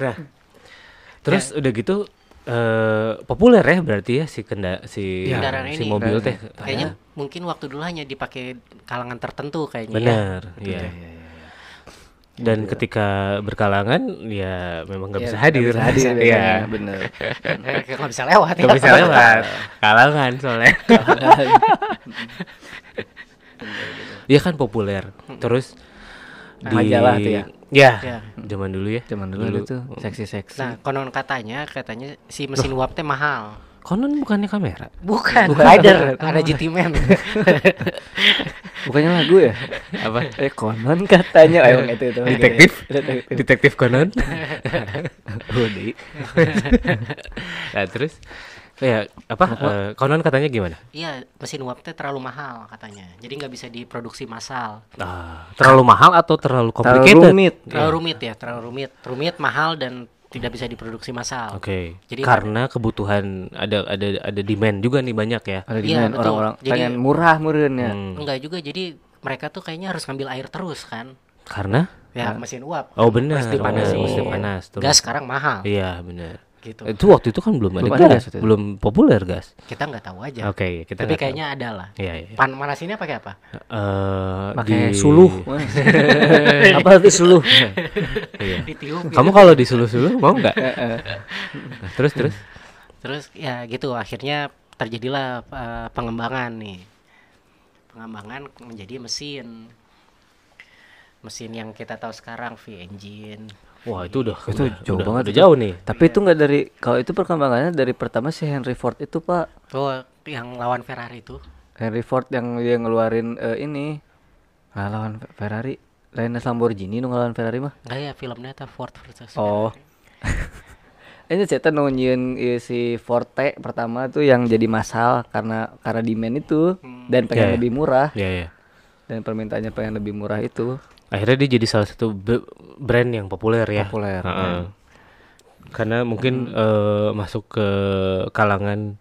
[SPEAKER 3] nah,
[SPEAKER 2] Hmm.
[SPEAKER 3] terus
[SPEAKER 2] Ya.
[SPEAKER 3] udah gitu eh populer ya berarti ya si kenda si
[SPEAKER 4] Ya. Kendaraan
[SPEAKER 3] si
[SPEAKER 4] ini. Iya.
[SPEAKER 3] mobil teh. Iya.
[SPEAKER 4] Kayaknya mungkin waktu dulu hanya dipakai kalangan tertentu kayaknya. ya.
[SPEAKER 3] Benar, iya. Dan ketika berkalangan ya memang nggak bisa hadir.
[SPEAKER 2] Iya, Nggak bisa hadir,
[SPEAKER 3] Iya.
[SPEAKER 2] bener, bener.
[SPEAKER 4] [LAUGHS] Eh, Nggak bisa lewat. ya.
[SPEAKER 3] Nggak bisa lewat. Kalangan soalnya. Iya kan populer. Terus di
[SPEAKER 2] Majalah tuh ya?
[SPEAKER 3] Ya,
[SPEAKER 4] Ya.
[SPEAKER 3] zaman dulu ya.
[SPEAKER 2] Zaman dulu ada tuh seksi-seksi.
[SPEAKER 4] [LAUGHS] Nah, konon katanya katanya si mesin uap teh mahal.
[SPEAKER 3] Konon bukannya kamera.
[SPEAKER 4] Bukan, rider, ada GT Man.
[SPEAKER 3] [LAUGHS]
[SPEAKER 2] Bukannya lagu [LAUGHS] ya?
[SPEAKER 3] Apa?
[SPEAKER 2] Eh konon [LAUGHS] katanya ayo itu itu.
[SPEAKER 3] Detektif?
[SPEAKER 2] Detektif.
[SPEAKER 4] [LAUGHS]
[SPEAKER 3] Detektif Conan. nah, terus ya apa eh, konon katanya gimana
[SPEAKER 4] Iya, mesin uap teh terlalu mahal katanya. Jadi nggak bisa diproduksi massal.
[SPEAKER 3] Ah, terlalu mahal atau terlalu
[SPEAKER 2] Terlalu
[SPEAKER 3] complicated
[SPEAKER 2] rumit.
[SPEAKER 4] Terlalu rumit ya, terlalu rumit. Rumit, mahal dan tidak bisa diproduksi massal.
[SPEAKER 3] Oke.
[SPEAKER 4] Jadi-
[SPEAKER 3] Karena kebutuhan ada ada ada demand juga nih banyak ya.
[SPEAKER 2] Ada
[SPEAKER 4] Iya,
[SPEAKER 2] demand
[SPEAKER 4] betul.
[SPEAKER 2] orang-orang
[SPEAKER 4] Jadi-
[SPEAKER 2] pengen murah murun ya.
[SPEAKER 3] Hmm,
[SPEAKER 4] Enggak juga. Jadi mereka tuh kayaknya harus ngambil air terus kan.
[SPEAKER 3] Karena
[SPEAKER 4] Ya, mesin uap.
[SPEAKER 3] oh benar.
[SPEAKER 4] Mesti panas.
[SPEAKER 3] benar, mesti panas terus.
[SPEAKER 4] Gas sekarang mahal
[SPEAKER 3] Iya, benar.
[SPEAKER 4] gitu.
[SPEAKER 3] Itu waktu itu kan belum, ada,
[SPEAKER 2] Belum ada
[SPEAKER 3] gas,
[SPEAKER 2] gas waktu itu.
[SPEAKER 3] belum populer gas.
[SPEAKER 4] Kita nggak tahu aja.
[SPEAKER 3] Oke, kita
[SPEAKER 4] Ya.
[SPEAKER 3] nggak
[SPEAKER 4] Tapi
[SPEAKER 3] tahu.
[SPEAKER 4] kayaknya ada lah.
[SPEAKER 3] Iya, iya.
[SPEAKER 4] Pan manasinnya pakai apa?
[SPEAKER 3] Eh,
[SPEAKER 2] Pakai
[SPEAKER 3] di- [LAUGHS]
[SPEAKER 2] [LAUGHS] suluh. Apa itu
[SPEAKER 4] [LAUGHS]
[SPEAKER 2] suluh?
[SPEAKER 3] Iya. [LAUGHS]
[SPEAKER 4] Ditiup. gitu.
[SPEAKER 3] Kamu kalau disuluh-suluh mau nggak? Nah, terus terus.
[SPEAKER 4] Terus ya gitu akhirnya terjadilah eh, pengembangan nih. Pengembangan menjadi mesin. Mesin yang kita tahu sekarang V engine.
[SPEAKER 3] Wah, itu udah
[SPEAKER 2] itu
[SPEAKER 3] udah-
[SPEAKER 2] jauh
[SPEAKER 3] udah-
[SPEAKER 2] banget
[SPEAKER 3] udah
[SPEAKER 2] itu.
[SPEAKER 3] jauh nih.
[SPEAKER 2] Tapi itu nggak dari kalau itu perkembangannya dari pertama si Henry Ford itu pak
[SPEAKER 4] Tuh Oh, yang lawan Ferrari itu.
[SPEAKER 2] Henry Ford yang dia ngeluarin eh, ini nah, lawan Ferrari lainnya Lamborghini nu ngelawan Ferrari mah
[SPEAKER 4] Enggak ya filmnya itu Ford versus
[SPEAKER 2] oh [LAUGHS] ini cerita nunjukin iya, si Forte pertama tuh yang jadi masal karena karena demand itu dan pengen
[SPEAKER 3] Ya, ya.
[SPEAKER 2] lebih murah
[SPEAKER 3] Iya, iya.
[SPEAKER 2] dan permintaannya pengen lebih murah itu
[SPEAKER 3] Akhirnya dia jadi salah satu be- brand yang populer ya.
[SPEAKER 2] Populer, iya. Hmm.
[SPEAKER 3] Heeh. Karena mungkin eh, masuk ke kalangan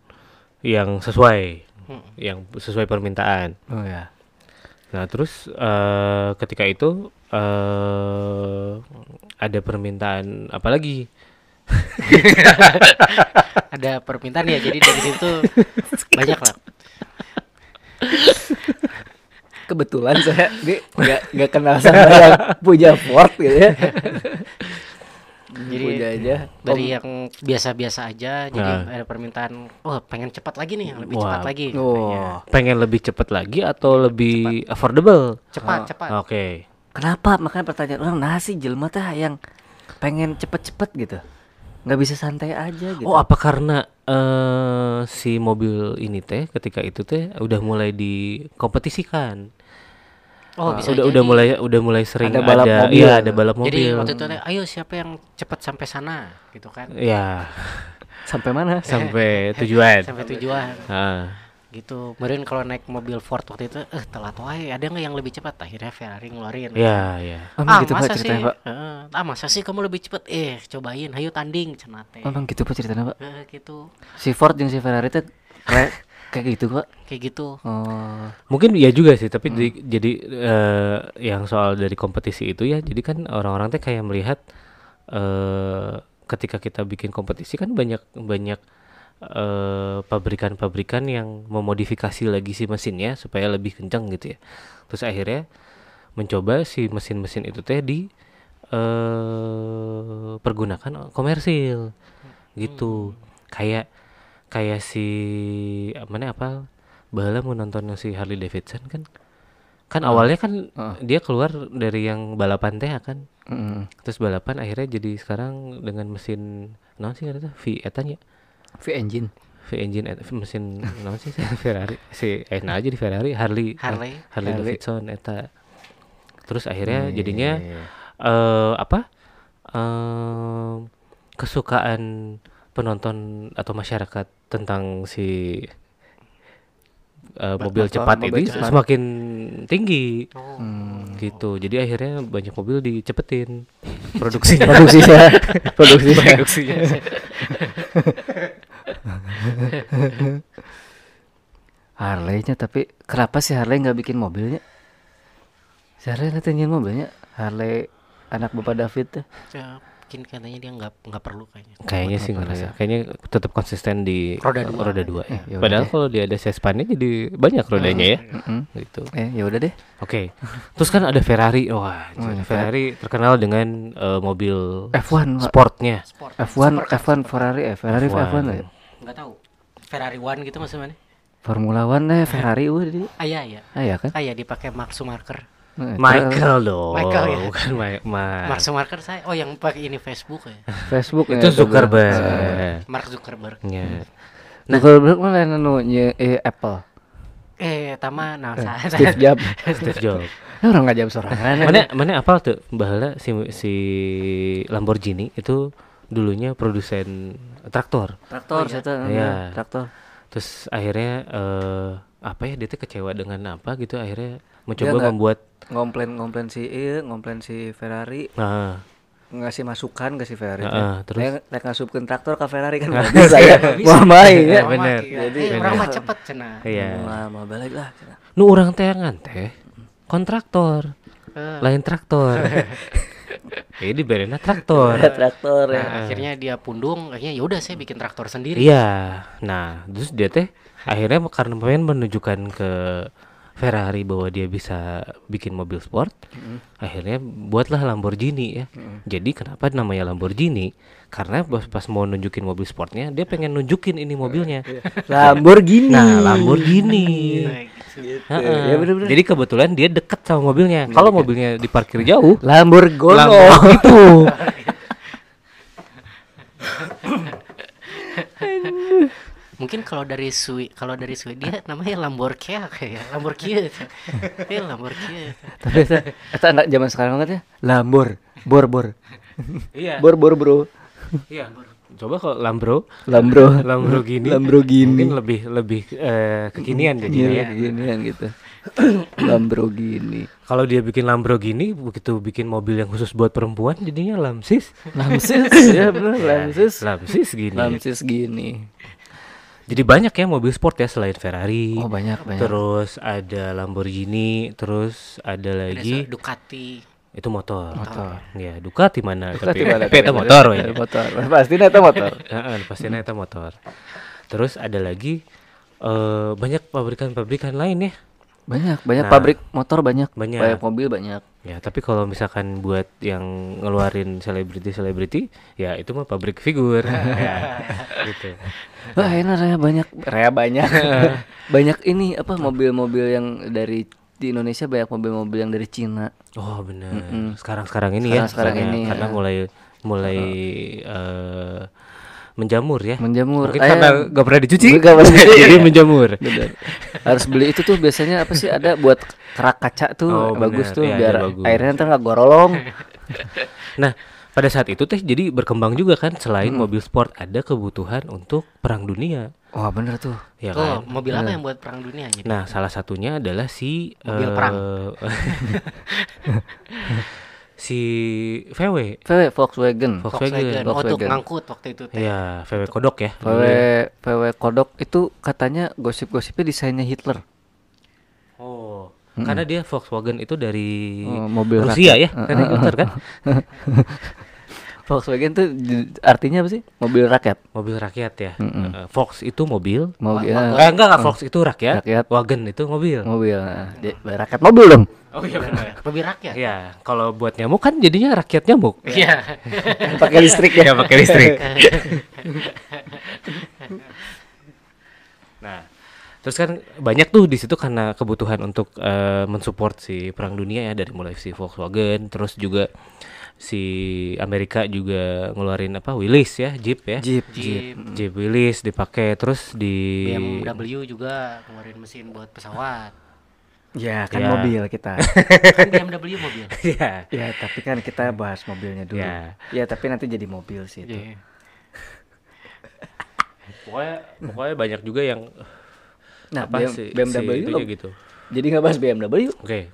[SPEAKER 3] yang sesuai,
[SPEAKER 2] Hmm.
[SPEAKER 3] yang sesuai permintaan.
[SPEAKER 2] oh ya
[SPEAKER 3] Nah, terus eh, ketika itu eh ada permintaan apa lagi?
[SPEAKER 4] [LAUGHS] ada permintaan ya jadi dari
[SPEAKER 3] [LAUGHS]
[SPEAKER 4] situ banyak lah
[SPEAKER 2] kebetulan saya di- nggak nggak kenal sama yang punya Ford gitu ya
[SPEAKER 4] Jadi-
[SPEAKER 2] punya aja
[SPEAKER 4] dari yang biasa-biasa aja jadi
[SPEAKER 3] Nah.
[SPEAKER 4] ada permintaan wah pengen cepat lagi nih yang lebih
[SPEAKER 3] Wah.
[SPEAKER 4] cepat lagi
[SPEAKER 2] oh
[SPEAKER 3] Pengen lebih cepat lagi atau lebih affordable?
[SPEAKER 4] cepat cepat
[SPEAKER 3] Oke.
[SPEAKER 2] Kenapa? Makanya pertanyaan orang nah sih jelma teh yang pengen cepet-cepet gitu. nggak bisa santai aja gitu.
[SPEAKER 3] Oh, apa karena eh si mobil ini teh ketika itu teh udah mulai dikompetisikan?
[SPEAKER 4] oh
[SPEAKER 3] Nah,
[SPEAKER 4] bisa
[SPEAKER 3] udah
[SPEAKER 4] jadi.
[SPEAKER 3] udah mulai udah mulai sering
[SPEAKER 2] Ada balap
[SPEAKER 3] ada
[SPEAKER 2] mobil.
[SPEAKER 3] iya, ada balap mobil.
[SPEAKER 4] jadi waktu itu ada, ayo siapa yang cepat sampai sana gitu kan
[SPEAKER 3] ya
[SPEAKER 2] sampai mana?
[SPEAKER 4] eh,
[SPEAKER 3] sampai tujuan.
[SPEAKER 4] sampai tujuan
[SPEAKER 3] Ah,
[SPEAKER 4] gitu kemudian kalau naik mobil Ford waktu itu eh telat wae ada nggak yang lebih cepat akhirnya Ferrari ngeluarin
[SPEAKER 3] ya ya.
[SPEAKER 2] Emang
[SPEAKER 4] ah
[SPEAKER 2] gitu pak
[SPEAKER 4] masa sih
[SPEAKER 2] ceritanya pak.
[SPEAKER 4] Heeh. ah masa sih kamu lebih cepat eh cobain ayo tanding cenate
[SPEAKER 2] Emang gitu pak ceritanya pak.
[SPEAKER 4] Eh, gitu
[SPEAKER 2] Si Ford yang si Ferrari teh kayak kayak gitu pak.
[SPEAKER 4] kayak gitu
[SPEAKER 2] Oh,
[SPEAKER 3] Mungkin ya juga sih, tapi di- jadi eh, yang soal dari kompetisi itu ya, jadi kan orang-orang teh kayak melihat eh ketika kita bikin kompetisi kan banyak banyak eh, pabrikan-pabrikan yang memodifikasi lagi si mesinnya supaya lebih kencang gitu ya. Terus akhirnya mencoba si mesin-mesin itu teh di eh pergunakan komersil gitu. Kayak kayak si mana apa Bala mau nonton yang si Harley Davidson kan kan awalnya kan dia keluar dari yang balapan teh kan
[SPEAKER 2] mm.
[SPEAKER 3] terus balapan akhirnya jadi sekarang dengan mesin non sih kata V etanya
[SPEAKER 2] V engine.
[SPEAKER 3] V engine eta- mesin non sih [LAUGHS] Ferrari si enak aja di Ferrari Harley eh,
[SPEAKER 4] Harley.
[SPEAKER 3] Harley,
[SPEAKER 2] Harley. Hmm, iya,
[SPEAKER 3] Davidson eta terus akhirnya jadinya eh apa eh kesukaan penonton atau masyarakat tentang si eh, mobil
[SPEAKER 2] motor,
[SPEAKER 3] cepat
[SPEAKER 2] mobil
[SPEAKER 3] ini
[SPEAKER 2] cepat.
[SPEAKER 3] semakin tinggi
[SPEAKER 4] oh.
[SPEAKER 3] gitu jadi akhirnya banyak mobil dicepetin produksinya
[SPEAKER 2] [LAUGHS] Produksinya. Produksinya.
[SPEAKER 3] produksinya
[SPEAKER 2] Harley-nya tapi kenapa sih Harley nggak bikin mobilnya? Si Harley nantinya mobilnya Harley anak bapak David teh.
[SPEAKER 4] Ya, mungkin katanya dia nggak nggak perlu kayaknya
[SPEAKER 3] kayaknya sih nggak rasa kayaknya tetap konsisten di
[SPEAKER 4] Roda dua.
[SPEAKER 3] dua ya.
[SPEAKER 2] yaudah
[SPEAKER 3] padahal
[SPEAKER 2] deh.
[SPEAKER 3] kalau dia ada sespannya jadi banyak rodanya ya
[SPEAKER 2] Mm-mm.
[SPEAKER 3] gitu
[SPEAKER 2] Eh ya udah deh.
[SPEAKER 3] Oke, terus kan ada Ferrari, wah, anjir, Ferrari terkenal dengan eh, mobil
[SPEAKER 2] F1 Pak.
[SPEAKER 3] sportnya.
[SPEAKER 4] sport
[SPEAKER 2] F1, F1 Ferrari, eh Ferrari F1, ya?
[SPEAKER 4] nggak tahu Ferrari One gitu maksudnya mana?
[SPEAKER 2] Formula One eh Ferrari udah di.
[SPEAKER 4] ah ya ya
[SPEAKER 2] Ah ya kan?
[SPEAKER 4] ah ya dipakai Mark Sumarker
[SPEAKER 2] Nah,
[SPEAKER 3] Michael dong,
[SPEAKER 4] Michael, ya.
[SPEAKER 3] bukan Ma- Ma-
[SPEAKER 4] Mark Sumarker saya oh yang pakai ini Facebook ya
[SPEAKER 2] Facebook eh,
[SPEAKER 3] itu Zuckerberg.
[SPEAKER 4] Mark Zuckerberg
[SPEAKER 3] Ya.
[SPEAKER 2] Nah, Zuckerberg mana anu nye, eh, Apple.
[SPEAKER 4] eh tama nah saya
[SPEAKER 2] Steve Jobs.
[SPEAKER 3] Steve Jobs.
[SPEAKER 2] Eh, orang ngajak sorangan.
[SPEAKER 3] mana mana apa tuh bahala si si Lamborghini itu dulunya produsen traktor
[SPEAKER 2] traktor saya tahu,
[SPEAKER 3] Iya.
[SPEAKER 2] traktor
[SPEAKER 3] terus akhirnya eh, apa ya dia tuh kecewa dengan apa gitu akhirnya mencoba
[SPEAKER 2] nggak-
[SPEAKER 3] membuat
[SPEAKER 2] ngomplain ngomplain si iya, ngomplain si Ferrari
[SPEAKER 3] nah
[SPEAKER 2] ngasih masukan ke si Ferrari
[SPEAKER 3] Heeh, terus?
[SPEAKER 2] terus rek ngasupkeun traktor ke Ferrari
[SPEAKER 3] [LAUGHS]
[SPEAKER 2] kan nggak bisa ya mau main
[SPEAKER 3] Iya,
[SPEAKER 2] ya
[SPEAKER 3] bener.
[SPEAKER 4] [LAUGHS] Jadi
[SPEAKER 3] Bener.
[SPEAKER 4] orang mah cepet cenah.
[SPEAKER 3] iya
[SPEAKER 2] Wah, mau balik lah cenah.
[SPEAKER 3] nu orang teh ngan teh kontraktor
[SPEAKER 4] Eh,
[SPEAKER 3] lain traktor jadi diberena traktor
[SPEAKER 2] traktor ya
[SPEAKER 4] Nah, akhirnya dia pundung, akhirnya yaudah saya bikin traktor sendiri.
[SPEAKER 3] iya nah terus dia teh akhirnya karena pengen menunjukkan ke Ferrari bahwa dia bisa bikin mobil sport akhirnya buatlah Lamborghini ya jadi kenapa namanya Lamborghini karena pas, pas mau nunjukin mobil sportnya dia pengen nunjukin ini mobilnya
[SPEAKER 2] Iya. Lamborghini
[SPEAKER 3] nah Lamborghini
[SPEAKER 4] Nah,
[SPEAKER 3] Heeh.
[SPEAKER 4] gitu.
[SPEAKER 2] Ya, Iya, bener-bener. Iya.
[SPEAKER 3] jadi kebetulan dia deket sama mobilnya kalau mobilnya diparkir jauh
[SPEAKER 2] Lamborghini [LAUGHS]
[SPEAKER 3] Lambo gitu.
[SPEAKER 4] Mungkin kalau dari Swi kalau dari Swedia namanya Lamborghini ya, kayak Lamborghini. Eh Lamborghini.
[SPEAKER 2] tapi itu itu anak zaman sekarang banget ya Lambor bor bor
[SPEAKER 3] Iya.
[SPEAKER 2] bor bor bro
[SPEAKER 3] Iya. Coba kalau
[SPEAKER 2] [LAUGHS]
[SPEAKER 3] Lambro,
[SPEAKER 2] Lambro
[SPEAKER 3] Lamborghini.
[SPEAKER 2] Lamborghini.
[SPEAKER 3] Mungkin lebih lebih eh, kekinian
[SPEAKER 2] Iya,
[SPEAKER 3] jadinya. ya.
[SPEAKER 2] beginian gitu [COUGHS] Lamborghini
[SPEAKER 3] Kalau dia bikin Lamborghini, begitu bikin mobil yang khusus buat perempuan jadinya Lamsis.
[SPEAKER 2] [LAUGHS] Lamsis ya bener Lamsis
[SPEAKER 3] Lamsis gini.
[SPEAKER 2] Lamsis gini
[SPEAKER 3] Jadi banyak ya mobil sport ya selain Ferrari.
[SPEAKER 2] oh banyak banyak
[SPEAKER 3] Terus ada Lamborghini, terus ada
[SPEAKER 4] Ada
[SPEAKER 3] lagi
[SPEAKER 4] Ducati.
[SPEAKER 3] itu motor. Ya, Ducati mana? Tapi
[SPEAKER 2] Tiba-tiba
[SPEAKER 3] tapi
[SPEAKER 2] ada
[SPEAKER 3] [LAUGHS] itu motor we.
[SPEAKER 2] Iya, motor pasti itu motor
[SPEAKER 3] Heeh, pastinya itu motor. Terus ada lagi eh, banyak pabrikan-pabrikan lain ya.
[SPEAKER 2] banyak banyak
[SPEAKER 3] Nah.
[SPEAKER 2] pabrik motor banyak
[SPEAKER 3] Banyak.
[SPEAKER 2] banyak Nah. mobil banyak
[SPEAKER 3] Ya, tapi kalau misalkan buat yang ngeluarin selebriti-selebriti, ya itu mah pabrik figur. ya, gitu.
[SPEAKER 2] wah enak Raya, banyak Raya banyak [LAUGHS] Nah. banyak ini apa mobil-mobil yang dari di Indonesia banyak mobil-mobil yang dari Cina
[SPEAKER 3] Oh, bener. Sekarang-sekarang ini ya,
[SPEAKER 2] Sekarang-sekarang
[SPEAKER 3] karena,
[SPEAKER 2] ini,
[SPEAKER 3] karena
[SPEAKER 2] ya.
[SPEAKER 3] mulai mulai eh, menjamur ya.
[SPEAKER 2] menjamur
[SPEAKER 3] Mungkin
[SPEAKER 2] Eh,
[SPEAKER 3] karena gak pernah dicuci.
[SPEAKER 2] Nggak
[SPEAKER 3] [LAUGHS]
[SPEAKER 2] pernah dicuci. Iya.
[SPEAKER 3] Jadi menjamur.
[SPEAKER 2] Bener. Harus beli itu tuh biasanya apa sih ada buat kerak kaca tuh
[SPEAKER 3] Oh, bener.
[SPEAKER 2] bagus tuh
[SPEAKER 3] Iya, iya,
[SPEAKER 2] biar
[SPEAKER 3] bagus.
[SPEAKER 2] airnya ntar nggak [LAUGHS] gorolong.
[SPEAKER 3] Nah, pada saat itu teh jadi berkembang juga kan selain mobil sport ada kebutuhan untuk perang dunia.
[SPEAKER 2] Wah bener tuh.
[SPEAKER 3] Ya
[SPEAKER 4] Tuh,
[SPEAKER 2] Oh,
[SPEAKER 3] kan?
[SPEAKER 4] mobil apa yang buat perang dunia jadi?
[SPEAKER 3] Nah, salah satunya adalah si
[SPEAKER 4] Mobil
[SPEAKER 3] eh,
[SPEAKER 4] perang.
[SPEAKER 3] [LAUGHS] si VW
[SPEAKER 2] VW Volkswagen.
[SPEAKER 3] Volkswagen.
[SPEAKER 4] Volkswagen. Oh, tuh
[SPEAKER 2] Volkswagen.
[SPEAKER 4] ngangkut waktu itu teh.
[SPEAKER 3] Ya, VW Kodok ya.
[SPEAKER 2] VW VW Kodok itu katanya gosip-gosipnya desainnya Hitler.
[SPEAKER 3] Oh. Karena dia Volkswagen itu dari
[SPEAKER 2] Oh, mobil
[SPEAKER 3] Rusia ya,
[SPEAKER 2] rakyat.
[SPEAKER 3] kan yang Hitler kan.
[SPEAKER 2] Volkswagen tuh di- artinya apa sih? Mobil rakyat.
[SPEAKER 3] Mobil rakyat ya. Eh, Volks itu mobil.
[SPEAKER 2] Mobil
[SPEAKER 3] Eh,
[SPEAKER 2] eh,
[SPEAKER 3] enggak, enggak, Volks itu rakyat.
[SPEAKER 2] Rakyat.
[SPEAKER 3] Wagen itu mobil.
[SPEAKER 2] mobil. Nah, di- rakyat mobil dong.
[SPEAKER 3] Oh iya benar.
[SPEAKER 4] Mobil rakyat.
[SPEAKER 3] Ya, kalau buat nyamuk kan jadinya rakyat nyamuk.
[SPEAKER 4] Iya.
[SPEAKER 2] [LAUGHS] Pakai listrik ya.
[SPEAKER 3] ya pakai listrik. [LAUGHS] nah, terus kan banyak tuh di situ karena kebutuhan untuk eh, mensupport si perang dunia ya dari mulai si Volkswagen, terus juga si Amerika juga ngeluarin apa Willys ya, Jeep ya.
[SPEAKER 2] Jeep. mm.
[SPEAKER 4] Jeep.
[SPEAKER 3] Jeep Willys dipakai terus di
[SPEAKER 4] BMW juga ngeluarin mesin buat pesawat.
[SPEAKER 3] Ya.
[SPEAKER 2] Ya [LAUGHS] kita.
[SPEAKER 4] Kan BMW mobil.
[SPEAKER 3] [LAUGHS] Iya.
[SPEAKER 2] ya tapi kan kita bahas mobilnya dulu.
[SPEAKER 3] Ya.
[SPEAKER 2] Ya tapi nanti jadi mobil sih itu.
[SPEAKER 4] Iya.
[SPEAKER 3] Pokoknya pokoknya banyak juga yang
[SPEAKER 2] Nah,
[SPEAKER 3] apa
[SPEAKER 2] BM-
[SPEAKER 3] sih
[SPEAKER 2] BMW
[SPEAKER 3] si
[SPEAKER 2] lo-
[SPEAKER 3] itunya gitu.
[SPEAKER 2] Jadi nggak bahas BMW
[SPEAKER 3] Oke.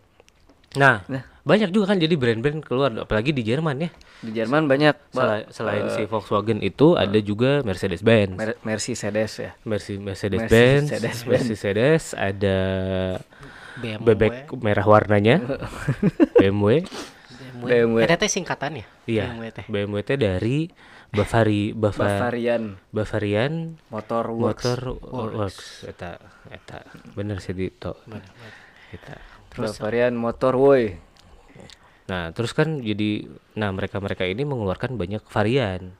[SPEAKER 3] Nah,
[SPEAKER 2] Nah.
[SPEAKER 3] banyak juga kan jadi brand-brand keluar apalagi di Jerman ya.
[SPEAKER 2] di Jerman banyak
[SPEAKER 3] Sela- selain si Volkswagen itu ada juga Mercedes Benz.
[SPEAKER 2] Mer- Mercedes ya.
[SPEAKER 3] Mercedes Benz,
[SPEAKER 2] Mercedes-Benz.
[SPEAKER 3] Mercedes ada
[SPEAKER 4] BMW.
[SPEAKER 3] bebek merah warnanya BMW.
[SPEAKER 4] BMW.
[SPEAKER 2] BMW.
[SPEAKER 4] Eh, teh singkatan ya?
[SPEAKER 3] Iya.
[SPEAKER 4] BMW teh.
[SPEAKER 3] BMW teh dari Bavari Bava,
[SPEAKER 2] Bavarian
[SPEAKER 3] Bavarian
[SPEAKER 2] Motor Works.
[SPEAKER 3] Motor Works eta eta bener sih di to. Eta.
[SPEAKER 2] Bavarian Motor Woi.
[SPEAKER 3] Nah, terus kan jadi nah mereka-mereka ini mengeluarkan banyak varian.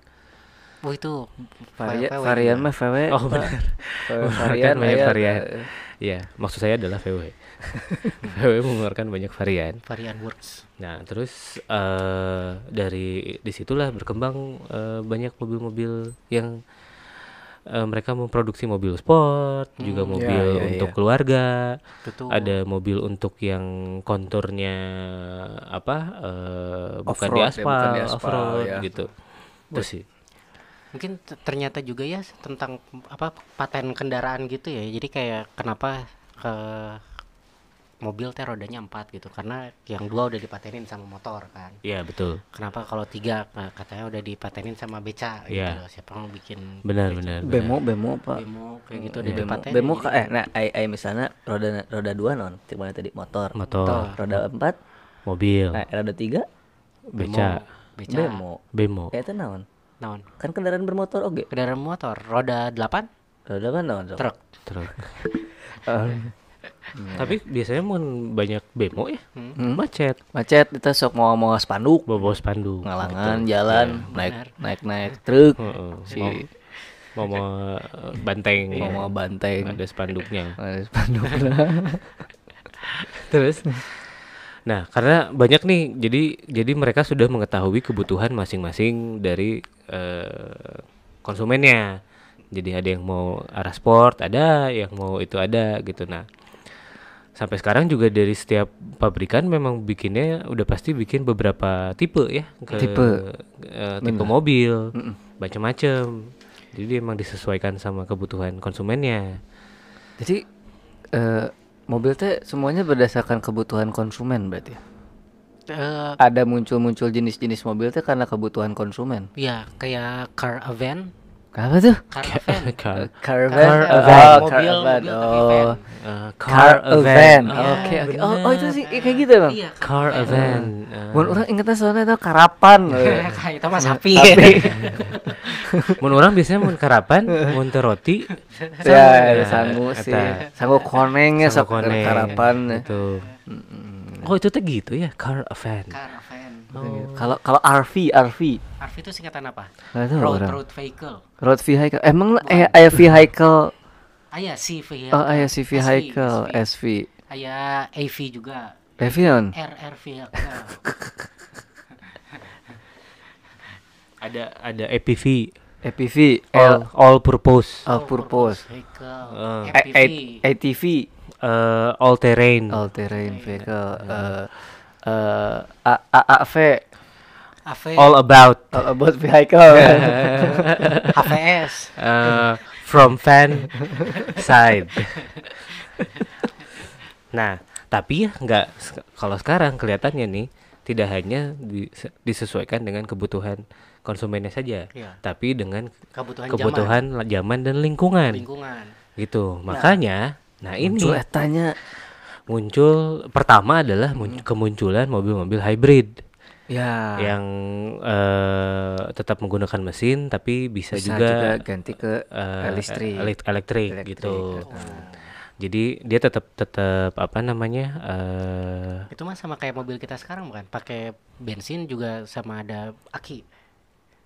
[SPEAKER 4] Oh, itu ya?
[SPEAKER 2] Varia-
[SPEAKER 4] VW.
[SPEAKER 2] varian mah VW.
[SPEAKER 3] Oh benar.
[SPEAKER 2] [LAUGHS] VW
[SPEAKER 3] Mengeluarkan
[SPEAKER 2] Eh, varian
[SPEAKER 3] kan banyak
[SPEAKER 2] aya.
[SPEAKER 3] varian. Iya, maksud saya adalah
[SPEAKER 2] [LAUGHS]
[SPEAKER 3] VW. VW mengeluarkan banyak varian.
[SPEAKER 4] Varian works.
[SPEAKER 3] Nah, terus eh dari disitulah berkembang eh, banyak mobil-mobil yang eh, mereka memproduksi mobil sport, juga mobil
[SPEAKER 2] iya,
[SPEAKER 3] untuk
[SPEAKER 2] iya.
[SPEAKER 3] keluarga,
[SPEAKER 4] Betul.
[SPEAKER 3] ada mobil untuk yang konturnya apa eh, bukan, di
[SPEAKER 2] Off-road ya,
[SPEAKER 3] aspal,
[SPEAKER 2] bukan di aspal,
[SPEAKER 3] off-road
[SPEAKER 2] ya.
[SPEAKER 3] gitu. Terus sih,
[SPEAKER 4] mungkin t- ternyata juga ya tentang apa paten kendaraan gitu ya jadi kayak kenapa ke mobil teh rodanya empat gitu karena yang dua udah dipatenin sama motor kan
[SPEAKER 3] Iya betul.
[SPEAKER 4] kenapa kalau tiga nah, katanya udah dipatenin sama beca gitu
[SPEAKER 3] Iya.
[SPEAKER 4] loh. siapa yang bikin
[SPEAKER 3] Benar
[SPEAKER 4] beca?
[SPEAKER 3] benar. benar.
[SPEAKER 2] bemo bemo pak
[SPEAKER 4] bemo kayak gitu udah
[SPEAKER 2] bemo
[SPEAKER 4] dipatenin
[SPEAKER 2] bemo
[SPEAKER 4] jadi
[SPEAKER 2] ka- eh nah ai ai misalnya roda roda dua non mana tadi motor
[SPEAKER 3] Motor,
[SPEAKER 2] roda empat
[SPEAKER 3] mobil,
[SPEAKER 2] eh roda tiga
[SPEAKER 4] bemo,
[SPEAKER 3] beca,
[SPEAKER 4] beca
[SPEAKER 2] bemo
[SPEAKER 3] bemo.
[SPEAKER 2] kayak itu naon
[SPEAKER 4] naon
[SPEAKER 2] kan kendaraan bermotor oke
[SPEAKER 4] kendaraan motor roda delapan
[SPEAKER 2] roda kan naon Sok?
[SPEAKER 4] truk
[SPEAKER 3] Truk.
[SPEAKER 2] Eh,
[SPEAKER 3] Tapi biasanya mun banyak bemo ya.
[SPEAKER 2] Hmm.
[SPEAKER 3] Macet,
[SPEAKER 2] macet itu sok mau mau spanduk
[SPEAKER 3] bawa spanduk.
[SPEAKER 2] ngalangan jalan naik
[SPEAKER 4] benar.
[SPEAKER 2] naik naik truk
[SPEAKER 3] Heeh.
[SPEAKER 2] Iya, si iya.
[SPEAKER 3] Mau mau eh, banteng.
[SPEAKER 2] mau mau banteng
[SPEAKER 3] Ada spanduknya.
[SPEAKER 2] ada spanduk lah
[SPEAKER 3] Terus Nah, karena banyak nih, jadi jadi mereka sudah mengetahui kebutuhan masing-masing dari eh, konsumennya. Jadi ada yang mau arah sport, ada yang mau itu ada gitu. Nah, sampai sekarang juga dari setiap pabrikan memang bikinnya udah pasti bikin beberapa tipe ya, ke,
[SPEAKER 2] Tipe.
[SPEAKER 3] eh, tipe mobil, macam-macam. Jadi emang disesuaikan sama kebutuhan konsumennya.
[SPEAKER 2] Jadi eh mobil teh semuanya berdasarkan kebutuhan konsumen berarti. ya?
[SPEAKER 4] Eh,
[SPEAKER 2] Ada muncul-muncul jenis-jenis mobil teh karena kebutuhan konsumen.
[SPEAKER 4] ya kayak car event
[SPEAKER 2] Apa tuh?
[SPEAKER 3] [LAUGHS]
[SPEAKER 4] car event
[SPEAKER 2] [LAUGHS]
[SPEAKER 3] Car,
[SPEAKER 2] Car
[SPEAKER 4] Car
[SPEAKER 2] van.
[SPEAKER 4] van.
[SPEAKER 2] Oh, car
[SPEAKER 4] Mobil-
[SPEAKER 2] van.
[SPEAKER 4] mobil tapi van.
[SPEAKER 2] Oh,
[SPEAKER 3] eh,
[SPEAKER 2] car van.
[SPEAKER 3] Ah,
[SPEAKER 2] Oke, oke. Oh,
[SPEAKER 3] bener.
[SPEAKER 2] oh, itu sih kayak gitu, Bang.
[SPEAKER 4] iya
[SPEAKER 3] Car event. eh,
[SPEAKER 2] Mun orang ingetnya soalnya itu karapan. eh.
[SPEAKER 4] kayak itu mah sapi
[SPEAKER 3] Mun orang biasanya mun
[SPEAKER 2] [LAUGHS]
[SPEAKER 3] karapan, mun teu roti,
[SPEAKER 2] ya, ada sangu
[SPEAKER 3] Eta.
[SPEAKER 2] sih. Sangu konengnya
[SPEAKER 3] sama
[SPEAKER 2] sok
[SPEAKER 3] koneng.
[SPEAKER 2] karapan.
[SPEAKER 3] Gitu. Oh, itu teh gitu ya, car event.
[SPEAKER 4] car event
[SPEAKER 2] Kalau kalau RV, RV.
[SPEAKER 4] RV itu singkatan apa
[SPEAKER 2] Nggak tahu
[SPEAKER 4] road
[SPEAKER 2] Nah, orang.
[SPEAKER 4] road vehicle
[SPEAKER 2] Road vehicle. Emang lah, eh aya vehicle.
[SPEAKER 4] Aya si Ah, iya, vehicle Ah,
[SPEAKER 2] Oh,
[SPEAKER 3] iya,
[SPEAKER 2] aya si vehicle,
[SPEAKER 4] SV.
[SPEAKER 2] SV.
[SPEAKER 4] Ah, Aya AV iya, juga
[SPEAKER 2] Evian.
[SPEAKER 4] RR vehicle
[SPEAKER 3] [LAUGHS] Ada ada APV,
[SPEAKER 2] APV,
[SPEAKER 3] all,
[SPEAKER 2] L,
[SPEAKER 3] all Oh, purpose,
[SPEAKER 2] all purpose,
[SPEAKER 4] vehicle
[SPEAKER 3] Eh.
[SPEAKER 2] A-
[SPEAKER 4] MPV
[SPEAKER 2] A- ATV,
[SPEAKER 3] eh, all terrain,
[SPEAKER 2] all terrain vehicle, eh eh, A- AAV,
[SPEAKER 4] AV [LAUGHS]
[SPEAKER 3] all about,
[SPEAKER 2] [LAUGHS] all about vehicle,
[SPEAKER 3] Iya. [LAUGHS]
[SPEAKER 4] HVS
[SPEAKER 3] eh, from fan side. nah, tapi ya nggak se- kalau sekarang kelihatannya nih tidak hanya di- disesuaikan dengan kebutuhan konsumennya saja,
[SPEAKER 4] Iya.
[SPEAKER 3] tapi dengan
[SPEAKER 4] kebutuhan, zaman,
[SPEAKER 3] kebutuhan la- zaman dan lingkungan
[SPEAKER 4] lingkungan
[SPEAKER 3] gitu makanya nah ini
[SPEAKER 2] muncul etanya,
[SPEAKER 3] muncul pertama adalah mun- kemunculan mobil-mobil hybrid
[SPEAKER 2] ya,
[SPEAKER 3] yang eh, tetap menggunakan mesin tapi bisa,
[SPEAKER 2] bisa
[SPEAKER 3] juga,
[SPEAKER 2] juga, ganti ke
[SPEAKER 3] eh,
[SPEAKER 2] listrik,
[SPEAKER 3] elek- elektrik,
[SPEAKER 2] Elektrik,
[SPEAKER 3] gitu
[SPEAKER 2] oh.
[SPEAKER 3] jadi dia tetap tetap apa namanya eh,
[SPEAKER 4] itu mah sama kayak mobil kita sekarang bukan pakai bensin juga sama ada aki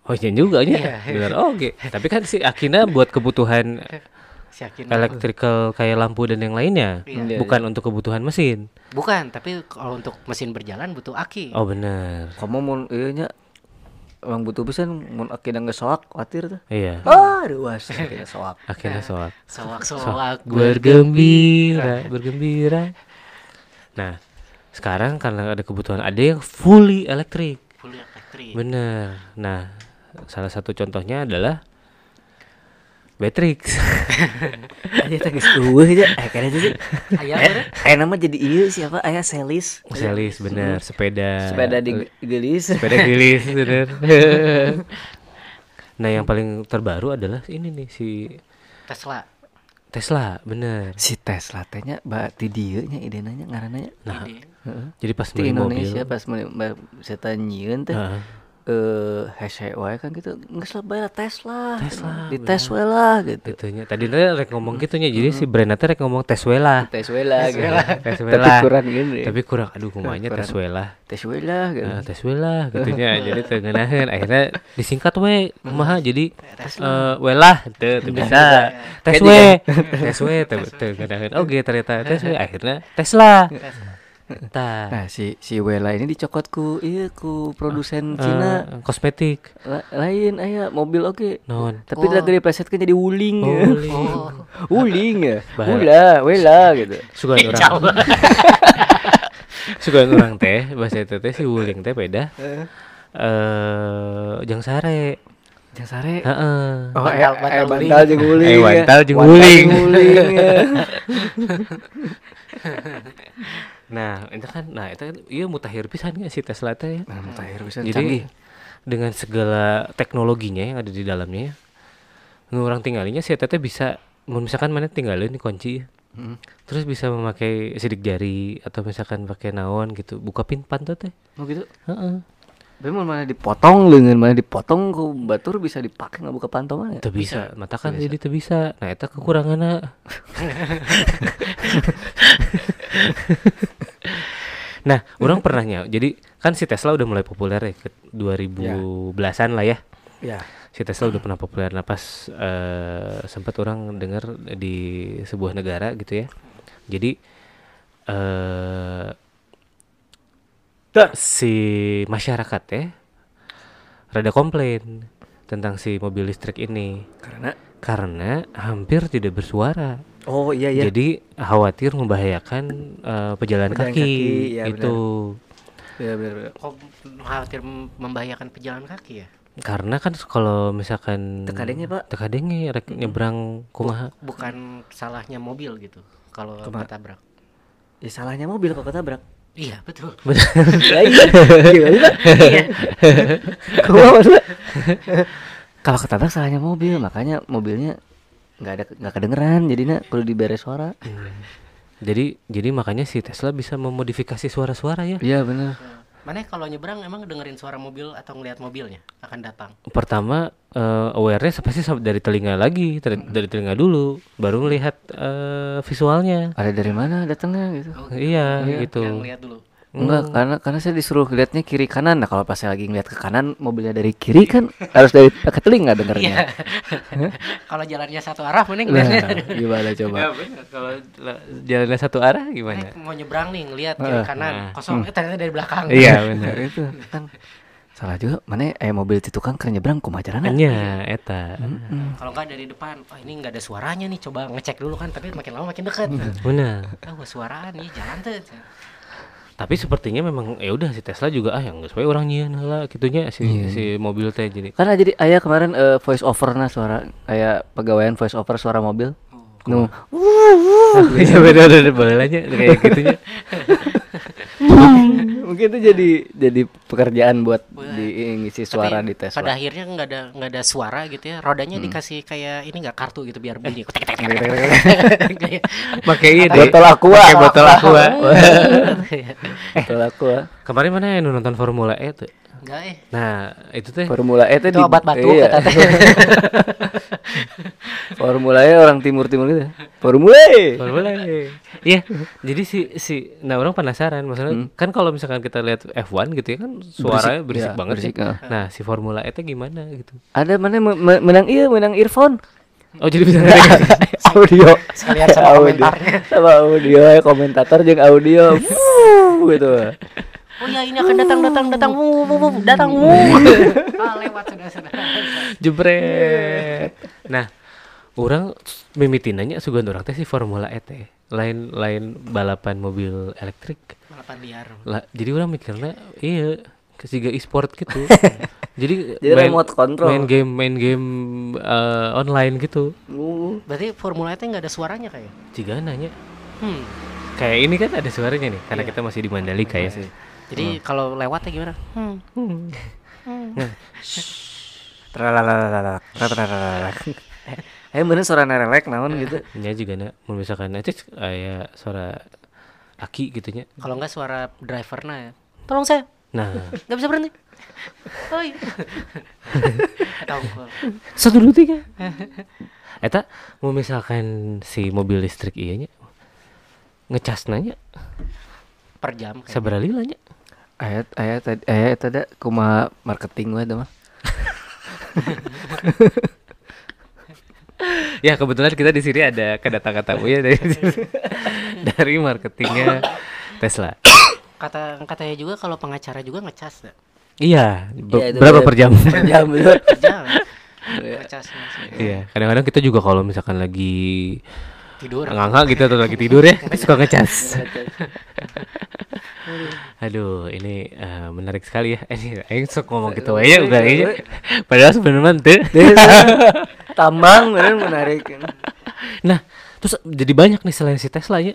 [SPEAKER 3] oh iya juga ya benar oh, oke tapi kan si Akina buat [LAUGHS] kebutuhan
[SPEAKER 4] si aki nama-
[SPEAKER 3] electrical kayak lampu dan yang lainnya
[SPEAKER 4] Iya.
[SPEAKER 3] bukan untuk kebutuhan mesin
[SPEAKER 4] bukan tapi kalau untuk mesin berjalan butuh aki
[SPEAKER 3] oh benar
[SPEAKER 2] kamu mau iya nya, emang butuh pisan mau akhirnya nggak soak, khawatir tuh,
[SPEAKER 3] Iya.
[SPEAKER 2] ah, ruas akhirnya [LAUGHS] soak,
[SPEAKER 3] Akhirnya soal
[SPEAKER 4] soak
[SPEAKER 3] [LAUGHS]
[SPEAKER 4] soak
[SPEAKER 3] Nah. bergembira, bergembira. Nah, sekarang karena ada kebutuhan ada yang fully elektrik.
[SPEAKER 4] full elektrik
[SPEAKER 3] Bener. Nah, salah satu contohnya adalah
[SPEAKER 2] [LAUGHS]
[SPEAKER 3] Matrix.
[SPEAKER 2] aja tangis dua aja, akhirnya jadi,
[SPEAKER 4] Aya apa, Ren?
[SPEAKER 2] ayah nama jadi iya siapa, ayah selis,
[SPEAKER 3] Selis bener, sepeda.
[SPEAKER 2] sepeda digelis,
[SPEAKER 3] sepeda gilis bener. nah, yang paling terbaru adalah ini nih si
[SPEAKER 4] Tesla
[SPEAKER 3] Tesla, bener.
[SPEAKER 2] si Tesla tehnya berarti dia nya idenanya ngarananya
[SPEAKER 3] Nah,
[SPEAKER 4] Ide.
[SPEAKER 3] jadi pas
[SPEAKER 2] di
[SPEAKER 3] beli mobil,
[SPEAKER 2] Indonesia pas meli- ba- saya tanyain teh
[SPEAKER 3] Heeh.
[SPEAKER 2] eh hashtag wae kan gitu nggak lah bayar Tesla
[SPEAKER 3] Tesla,
[SPEAKER 2] di tes wae lah gitu
[SPEAKER 3] Itunya. Tadi dia rek ngomong gitunya, jadi si Brenda teh rek ngomong Tesla.
[SPEAKER 2] tes wae lah gitu
[SPEAKER 3] tes
[SPEAKER 2] tapi kurang ini
[SPEAKER 3] tapi kurang aduh kumanya
[SPEAKER 2] Kurang.
[SPEAKER 3] tes we lah
[SPEAKER 2] tes wae lah gitu
[SPEAKER 3] Nah, tes we lah gitunya jadi tengenahan akhirnya disingkat we kumaha jadi eh we lah gitu kan? teu teu bisa tes we tes we teu tengenahan oke Oh, gitu, ternyata tes we akhirnya Tesla tah
[SPEAKER 2] nah si si Wela ini dicokot ku iya ku produsen
[SPEAKER 3] eh,
[SPEAKER 2] Cina
[SPEAKER 3] kosmetik
[SPEAKER 2] La- lain aya mobil oke
[SPEAKER 3] non
[SPEAKER 2] tapi lagi dipesetkan jadi wuling ya.
[SPEAKER 3] Oh,
[SPEAKER 2] [LAUGHS] wuling ya
[SPEAKER 3] Bahaya.
[SPEAKER 2] wula wela gitu
[SPEAKER 3] suka [LAUGHS] orang suka orang teh bahasa itu teh si wuling teh beda eh jang sare
[SPEAKER 2] Yang sare.
[SPEAKER 3] Eh, Heeh.
[SPEAKER 2] Oh, eh,
[SPEAKER 4] Bantal-
[SPEAKER 2] eh,
[SPEAKER 4] bantal
[SPEAKER 2] bantal jeung uling.
[SPEAKER 3] Eh,
[SPEAKER 2] ya.
[SPEAKER 3] bantal jeung
[SPEAKER 2] Bantal
[SPEAKER 3] uling.
[SPEAKER 2] jeung uling, ya.
[SPEAKER 3] Nah, itu kan nah itu kan iya mutakhir pisan ya si Tesla teh ya. [LAUGHS]
[SPEAKER 2] Nah, mutakhir pisan
[SPEAKER 3] Jadi
[SPEAKER 2] canggih.
[SPEAKER 3] dengan segala teknologinya yang ada di dalamnya ya. Nu orang tinggalinya si Eta teh bisa mun misalkan mana tinggalin nih kunci ya.
[SPEAKER 2] Hmm.
[SPEAKER 3] Terus bisa memakai sidik jari atau misalkan pakai naon gitu, buka pin pantat teh.
[SPEAKER 2] Mau gitu.
[SPEAKER 3] Heeh.
[SPEAKER 2] Tapi mau mana dipotong lengan mana dipotong ku batur bisa dipakai nggak buka ya? pantau mana?
[SPEAKER 3] Teu Iya, bisa, mata kan jadi teu bisa. Nah, eta [LAUGHS] kekuranganna. nah, orang pernahnya. Jadi kan si Tesla udah mulai populer ya ke 2010-an lah ya.
[SPEAKER 2] Ya.
[SPEAKER 3] Si Tesla udah pernah populer. Nah, pas eh, sempat orang dengar di sebuah negara gitu ya. Jadi eh si masyarakat ya rada komplain tentang si mobil listrik ini
[SPEAKER 2] Karena
[SPEAKER 3] karena hampir tidak bersuara.
[SPEAKER 2] oh iya iya.
[SPEAKER 3] Jadi khawatir membahayakan eh, pejalan,
[SPEAKER 2] Pejalan
[SPEAKER 3] kaki, gitu.
[SPEAKER 2] kaki, ya
[SPEAKER 3] itu
[SPEAKER 2] Iya benar benar.
[SPEAKER 4] Kok khawatir mem- membahayakan pejalan kaki ya?
[SPEAKER 3] karena kan kalau misalkan
[SPEAKER 2] Tekadengnya, Pak.
[SPEAKER 3] tekadengnya rek nyebrang kumaha
[SPEAKER 4] Bukan salahnya mobil gitu kalau ketabrak.
[SPEAKER 2] Ya salahnya mobil kok [LAUGHS] ketabrak.
[SPEAKER 4] Iya, betul.
[SPEAKER 2] Lah, iya. Gimana? Pak? [LAUGHS] Kok maksudnya? Kalau ketabrak salahnya mobil, makanya mobilnya nggak ada nggak kedengeran jadinya perlu diberes suara.
[SPEAKER 3] jadi jadi makanya si Tesla bisa memodifikasi suara-suara ya
[SPEAKER 2] Iya benar.
[SPEAKER 4] Mana kalau nyebrang emang dengerin suara mobil atau ngelihat mobilnya akan datang.
[SPEAKER 3] pertama eh, awareness pasti sam- dari telinga lagi dari, dari telinga dulu baru melihat eh, visualnya
[SPEAKER 2] Ada dari mana datangnya gitu? Hmm.
[SPEAKER 3] iya, gitu
[SPEAKER 4] Yang ngelihat dulu.
[SPEAKER 2] Enggak, karena karena saya disuruh lihatnya kiri kanan. Nah, kalau pas saya lagi ngeliat ke kanan, mobilnya dari kiri kan harus dari ke telinga dengernya.
[SPEAKER 4] Iya. [LAUGHS] kalau jalannya satu arah mending
[SPEAKER 2] Nah,
[SPEAKER 4] ngeliatnya.
[SPEAKER 2] gimana coba?
[SPEAKER 3] Ya, bener. kalau la- jalannya satu arah gimana
[SPEAKER 4] Eh, [LAUGHS] mau nyebrang nih ngelihat kiri kanan kosong eh, ternyata dari belakang.
[SPEAKER 3] iya
[SPEAKER 2] [LAUGHS]
[SPEAKER 3] benar
[SPEAKER 2] itu kan salah juga. Mana eh mobil itu tukang keren nyebrang kumacarana.
[SPEAKER 3] Nya, eta.
[SPEAKER 4] Kalau nggak dari depan, oh ini nggak ada suaranya nih, coba ngecek dulu kan, tapi makin lama makin dekat.
[SPEAKER 3] Hmm. Benar.
[SPEAKER 4] Oh, suaraan nih, jalan tuh.
[SPEAKER 3] Tapi sepertinya memang ya udah si Tesla juga ah yang geus wae orang nyieun heula kitunya si
[SPEAKER 2] Iya.
[SPEAKER 3] si mobil teh
[SPEAKER 2] [LAUGHS]
[SPEAKER 3] jadi.
[SPEAKER 2] Karena jadi ayah kemarin eh, voice over nah suara kayak pegawaian voice over suara mobil. Nu Oh,
[SPEAKER 3] Iya benar benar balanya kayak
[SPEAKER 2] [LAUGHS]
[SPEAKER 3] gitunya.
[SPEAKER 2] mungkin itu jadi jadi pekerjaan buat di eh, ngisi suara Hmm.
[SPEAKER 4] Tapi
[SPEAKER 2] di tes.
[SPEAKER 4] Pada akhirnya nggak ada nggak ada suara gitu ya. Rodanya dikasih kayak ini nggak kartu gitu biar
[SPEAKER 2] [LAUGHS]
[SPEAKER 4] bunyi.
[SPEAKER 3] Pakai ini
[SPEAKER 2] Botol aqua.
[SPEAKER 3] Pakai botol aqua. [LAUGHS]
[SPEAKER 2] Betul aku ah.
[SPEAKER 3] Kemarin mana yang nonton Formula E tuh?
[SPEAKER 4] Enggak
[SPEAKER 2] ya?
[SPEAKER 4] eh.
[SPEAKER 3] Nah, itu teh
[SPEAKER 2] Formula E
[SPEAKER 4] Itu
[SPEAKER 2] tadi
[SPEAKER 4] obat batuk
[SPEAKER 2] iya.
[SPEAKER 4] kata
[SPEAKER 2] [LAUGHS] Formula E orang timur-timur gitu. ya. Formula E.
[SPEAKER 3] Formula
[SPEAKER 2] [LAUGHS]
[SPEAKER 3] E. Iya, jadi si si nah orang penasaran maksudnya kan kalau misalkan kita lihat F1 gitu ya kan suaranya
[SPEAKER 2] Hmm.
[SPEAKER 3] berisik,
[SPEAKER 2] Berisik, iya,
[SPEAKER 3] banget
[SPEAKER 2] berisik,
[SPEAKER 3] sih.
[SPEAKER 2] ah.
[SPEAKER 3] Nah, si Formula E teh gimana gitu.
[SPEAKER 2] Ada mana me- me- menang iya menang earphone.
[SPEAKER 3] Oh, jadi bisa
[SPEAKER 2] [LAUGHS] audio.
[SPEAKER 4] Sekalian sama
[SPEAKER 2] audio.
[SPEAKER 4] komentarnya.
[SPEAKER 2] Sama audio ya, komentator jeung audio. Wuh, gitu.
[SPEAKER 4] Oh ya ini akan datang datang datang wuh, wuh, wuh, datang wuh.
[SPEAKER 2] [LAUGHS]
[SPEAKER 4] Ah, lewat sudah sudah.
[SPEAKER 3] jebret [LAUGHS] nah orang mimitin nanya sugan orang teh si formula e teh lain lain balapan mobil elektrik
[SPEAKER 4] Balapan liar.
[SPEAKER 3] lah jadi orang mikirnya iya kesiga e-sport [LAUGHS] gitu jadi,
[SPEAKER 2] Jadi remote control.
[SPEAKER 3] main game main game eh, online gitu
[SPEAKER 2] Wuh.
[SPEAKER 4] Berarti formula itu nggak ada suaranya kayak.
[SPEAKER 3] jika nanya
[SPEAKER 4] Hmm.
[SPEAKER 3] kayak ini kan ada suaranya nih karena kita masih di Mandalika ya
[SPEAKER 4] Jadi kalau lewatnya gimana? Hmm.
[SPEAKER 2] Tralalalala, tralalalala. Eh bener suara nerelek naon gitu.
[SPEAKER 3] ini juga na mun misalkan aja kayak suara aki gitunya
[SPEAKER 4] Kalau nggak suara drivernya ya. Tolong saya,
[SPEAKER 3] nah
[SPEAKER 4] nggak bisa berhenti.
[SPEAKER 2] [LAUGHS]
[SPEAKER 4] Oi. Tongkol.
[SPEAKER 3] satu dua tiga [LAUGHS] eta mau misalkan si mobil listrik iya nya ngecas nanya
[SPEAKER 4] per jam kayak.
[SPEAKER 3] sabar lilanya
[SPEAKER 2] Ayat ayat tadi ayat tadi kumaha marketing gue mah.
[SPEAKER 3] ya kebetulan kita di sini ada kedatangan tamu ya dari [LAUGHS] dari marketingnya Tesla
[SPEAKER 4] Kata katanya juga kalau pengacara juga ngecas dah.
[SPEAKER 3] iya be-
[SPEAKER 2] Iya, itu
[SPEAKER 3] berapa
[SPEAKER 2] bener.
[SPEAKER 3] per jam
[SPEAKER 2] Per jam gitu. bener.
[SPEAKER 4] Per jam. ngecas ngecas.
[SPEAKER 3] iya kadang-kadang kita juga kalau misalkan lagi
[SPEAKER 4] tidur.
[SPEAKER 3] nganga gitu atau lagi tidur ya suka ngecas [LAUGHS] Aduh, ini eh, menarik sekali ya. Ini aing sok ngomong gitu aja udah aja. Padahal sebenarnya teu.
[SPEAKER 2] Tambang bener menarik.
[SPEAKER 3] Nah, terus jadi banyak nih selain si Tesla ya.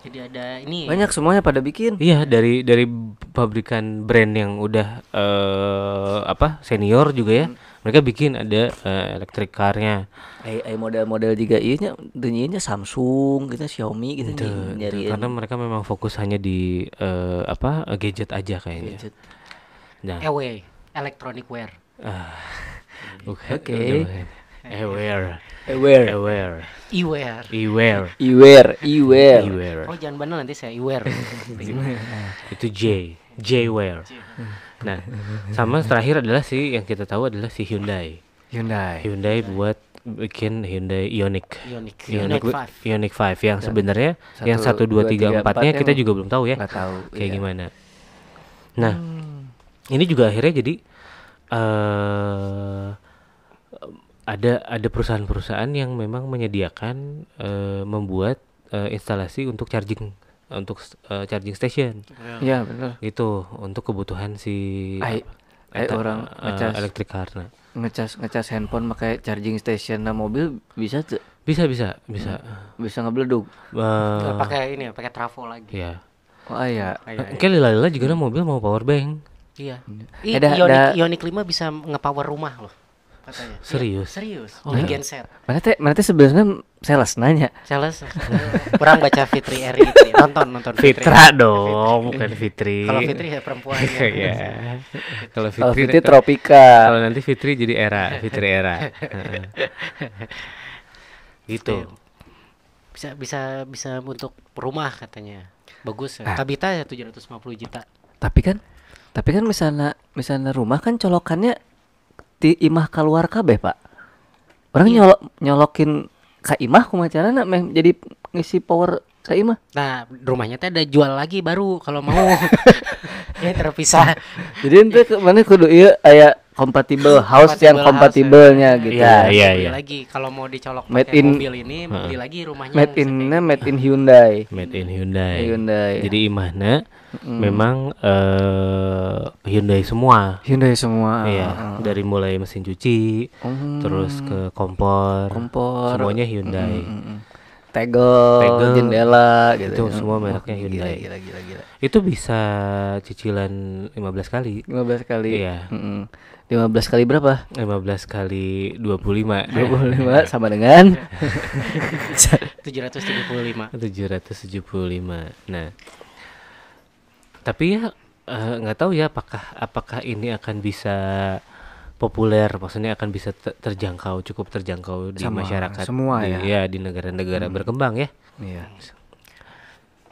[SPEAKER 4] Jadi ada ini
[SPEAKER 2] Banyak semuanya pada bikin.
[SPEAKER 3] Iya, dari dari pabrikan brand yang udah eh apa? senior juga ya. Mereka bikin ada eh, electric car-nya.
[SPEAKER 2] Ai ai model-model juga ieu nya dunyanya Samsung gitu Xiaomi gitu
[SPEAKER 3] Tuh, tuh, karena mereka memang fokus hanya di eh, apa? gadget aja kayaknya.
[SPEAKER 2] Gadget.
[SPEAKER 3] Nah,
[SPEAKER 4] EW, electronic wear.
[SPEAKER 3] ah, oke.
[SPEAKER 2] Oke.
[SPEAKER 3] udah. Aware,
[SPEAKER 2] Aware.
[SPEAKER 3] aware,
[SPEAKER 4] E-wear.
[SPEAKER 3] aware.
[SPEAKER 2] Aware, aware.
[SPEAKER 3] Beware.
[SPEAKER 4] Oh jangan bener nanti saya
[SPEAKER 3] [LAUGHS]
[SPEAKER 4] e-wear.
[SPEAKER 3] Itu J, J-Ware. Nah, sama terakhir adalah si yang kita tahu adalah si Hyundai.
[SPEAKER 2] Hyundai.
[SPEAKER 3] Hyundai buat bikin Hyundai Ioniq.
[SPEAKER 4] Ioniq.
[SPEAKER 3] Ioniq
[SPEAKER 4] Ioniq
[SPEAKER 3] 5. Ioniq 5
[SPEAKER 2] Iya.
[SPEAKER 3] yang sebenarnya yang 1 2 3 4-nya kita juga belum tahu ya.
[SPEAKER 2] Nggak tahu,
[SPEAKER 3] Kayak
[SPEAKER 2] iya. Hmm.
[SPEAKER 3] gimana. Nah, ini juga akhirnya jadi eh ada ada perusahaan-perusahaan yang memang menyediakan eh, membuat eh, instalasi untuk charging untuk eh, charging station
[SPEAKER 2] Iya, benar.
[SPEAKER 3] gitu untuk kebutuhan si
[SPEAKER 2] Ai-
[SPEAKER 3] apa,
[SPEAKER 2] ai
[SPEAKER 3] eta-
[SPEAKER 2] orang
[SPEAKER 3] eh,
[SPEAKER 2] ngecas.
[SPEAKER 3] electric car nah.
[SPEAKER 2] Ngecas ngecas handphone pakai charging station nah mobil bisa tuh
[SPEAKER 3] bisa bisa bisa
[SPEAKER 2] Hmm. bisa ngebleduk.
[SPEAKER 3] Eh,
[SPEAKER 4] pakai ini ya, pakai trafo lagi.
[SPEAKER 3] ya
[SPEAKER 2] Oh iya.
[SPEAKER 4] Kayak-
[SPEAKER 3] Oke, lila-lila juga lah mobil mau power bank.
[SPEAKER 4] Iya.
[SPEAKER 2] Eh,
[SPEAKER 4] Ih,
[SPEAKER 2] dah-
[SPEAKER 4] Ioniq,
[SPEAKER 2] dah-
[SPEAKER 4] Ioniq 5 bisa ngepower rumah loh katanya. Iya,
[SPEAKER 3] Serius? Oh, iya.
[SPEAKER 4] serius. Beli genset.
[SPEAKER 2] Mana teh mana teh sebenarnya sales nanya.
[SPEAKER 4] Sales. [LAUGHS] Kurang baca Fitri Eri itu. ya. Nonton nonton Fitri.
[SPEAKER 3] Fitra dong, bukan Fitri.
[SPEAKER 4] Kalau Fitri ya perempuan ya.
[SPEAKER 3] [LAUGHS] Iya. Kalau
[SPEAKER 2] Kalau
[SPEAKER 3] Fitri,
[SPEAKER 2] Fitri
[SPEAKER 3] kalau,
[SPEAKER 2] Tropika.
[SPEAKER 3] nanti Fitri jadi era, Fitri [LAUGHS] era. Heeh. gitu.
[SPEAKER 4] Iya. Bisa bisa bisa untuk rumah katanya. Bagus
[SPEAKER 3] Ah.
[SPEAKER 4] ya. Tabita ya 750 juta.
[SPEAKER 2] Tapi kan tapi kan misalnya misalnya rumah kan colokannya di imah keluar kabeh, Pak. Orang
[SPEAKER 3] Iya.
[SPEAKER 2] nyolok nyolokin ka imah kumaha carana meh jadi ngisi power ka imah.
[SPEAKER 4] Nah, rumahnya teh ada jual lagi baru kalau
[SPEAKER 2] [LAUGHS]
[SPEAKER 4] mau. ya terpisah.
[SPEAKER 2] Jadi ente ke- mana kudu iya aya compatible house
[SPEAKER 4] Compatible
[SPEAKER 2] yang
[SPEAKER 4] house,
[SPEAKER 2] kompatibelnya gitu.
[SPEAKER 3] Iya,
[SPEAKER 2] ya.
[SPEAKER 3] iya,
[SPEAKER 4] Beli
[SPEAKER 3] iya.
[SPEAKER 4] Lagi kalau mau dicolok
[SPEAKER 2] Made
[SPEAKER 4] pakai
[SPEAKER 2] in-
[SPEAKER 4] mobil ini, beli lagi rumahnya.
[SPEAKER 2] Made
[SPEAKER 4] yang
[SPEAKER 3] Iya,
[SPEAKER 2] in made in Hyundai.
[SPEAKER 3] Made in Hyundai. ya.
[SPEAKER 2] Hyundai.
[SPEAKER 3] Jadi imahnya memang eh Hyundai semua.
[SPEAKER 2] Hyundai semua.
[SPEAKER 3] Iya, dari mulai mesin cuci, terus ke Mm-hmm. kompor,
[SPEAKER 2] Kompor.
[SPEAKER 3] semuanya Hyundai.
[SPEAKER 2] Tegel,
[SPEAKER 3] Tegel.
[SPEAKER 2] jendela gitu.
[SPEAKER 3] Itu semua mereknya Hyundai.
[SPEAKER 2] Gila, gila, gila,
[SPEAKER 3] Itu bisa cicilan 15 kali.
[SPEAKER 2] gila. 15 kali.
[SPEAKER 3] Iya.
[SPEAKER 2] Mm-mm. 15 kali berapa?
[SPEAKER 3] 15 kali
[SPEAKER 2] [LAUGHS]
[SPEAKER 3] 25.
[SPEAKER 2] 25 sama dengan
[SPEAKER 4] 735.
[SPEAKER 3] 775. Nah. Tapi ya eh, nggak tahu ya apakah apakah ini akan bisa populer maksudnya akan bisa ter- terjangkau cukup terjangkau di
[SPEAKER 2] Sama,
[SPEAKER 3] masyarakat
[SPEAKER 2] semua
[SPEAKER 3] di,
[SPEAKER 2] ya. Hmm.
[SPEAKER 3] di negara-negara berkembang ya
[SPEAKER 2] Iya.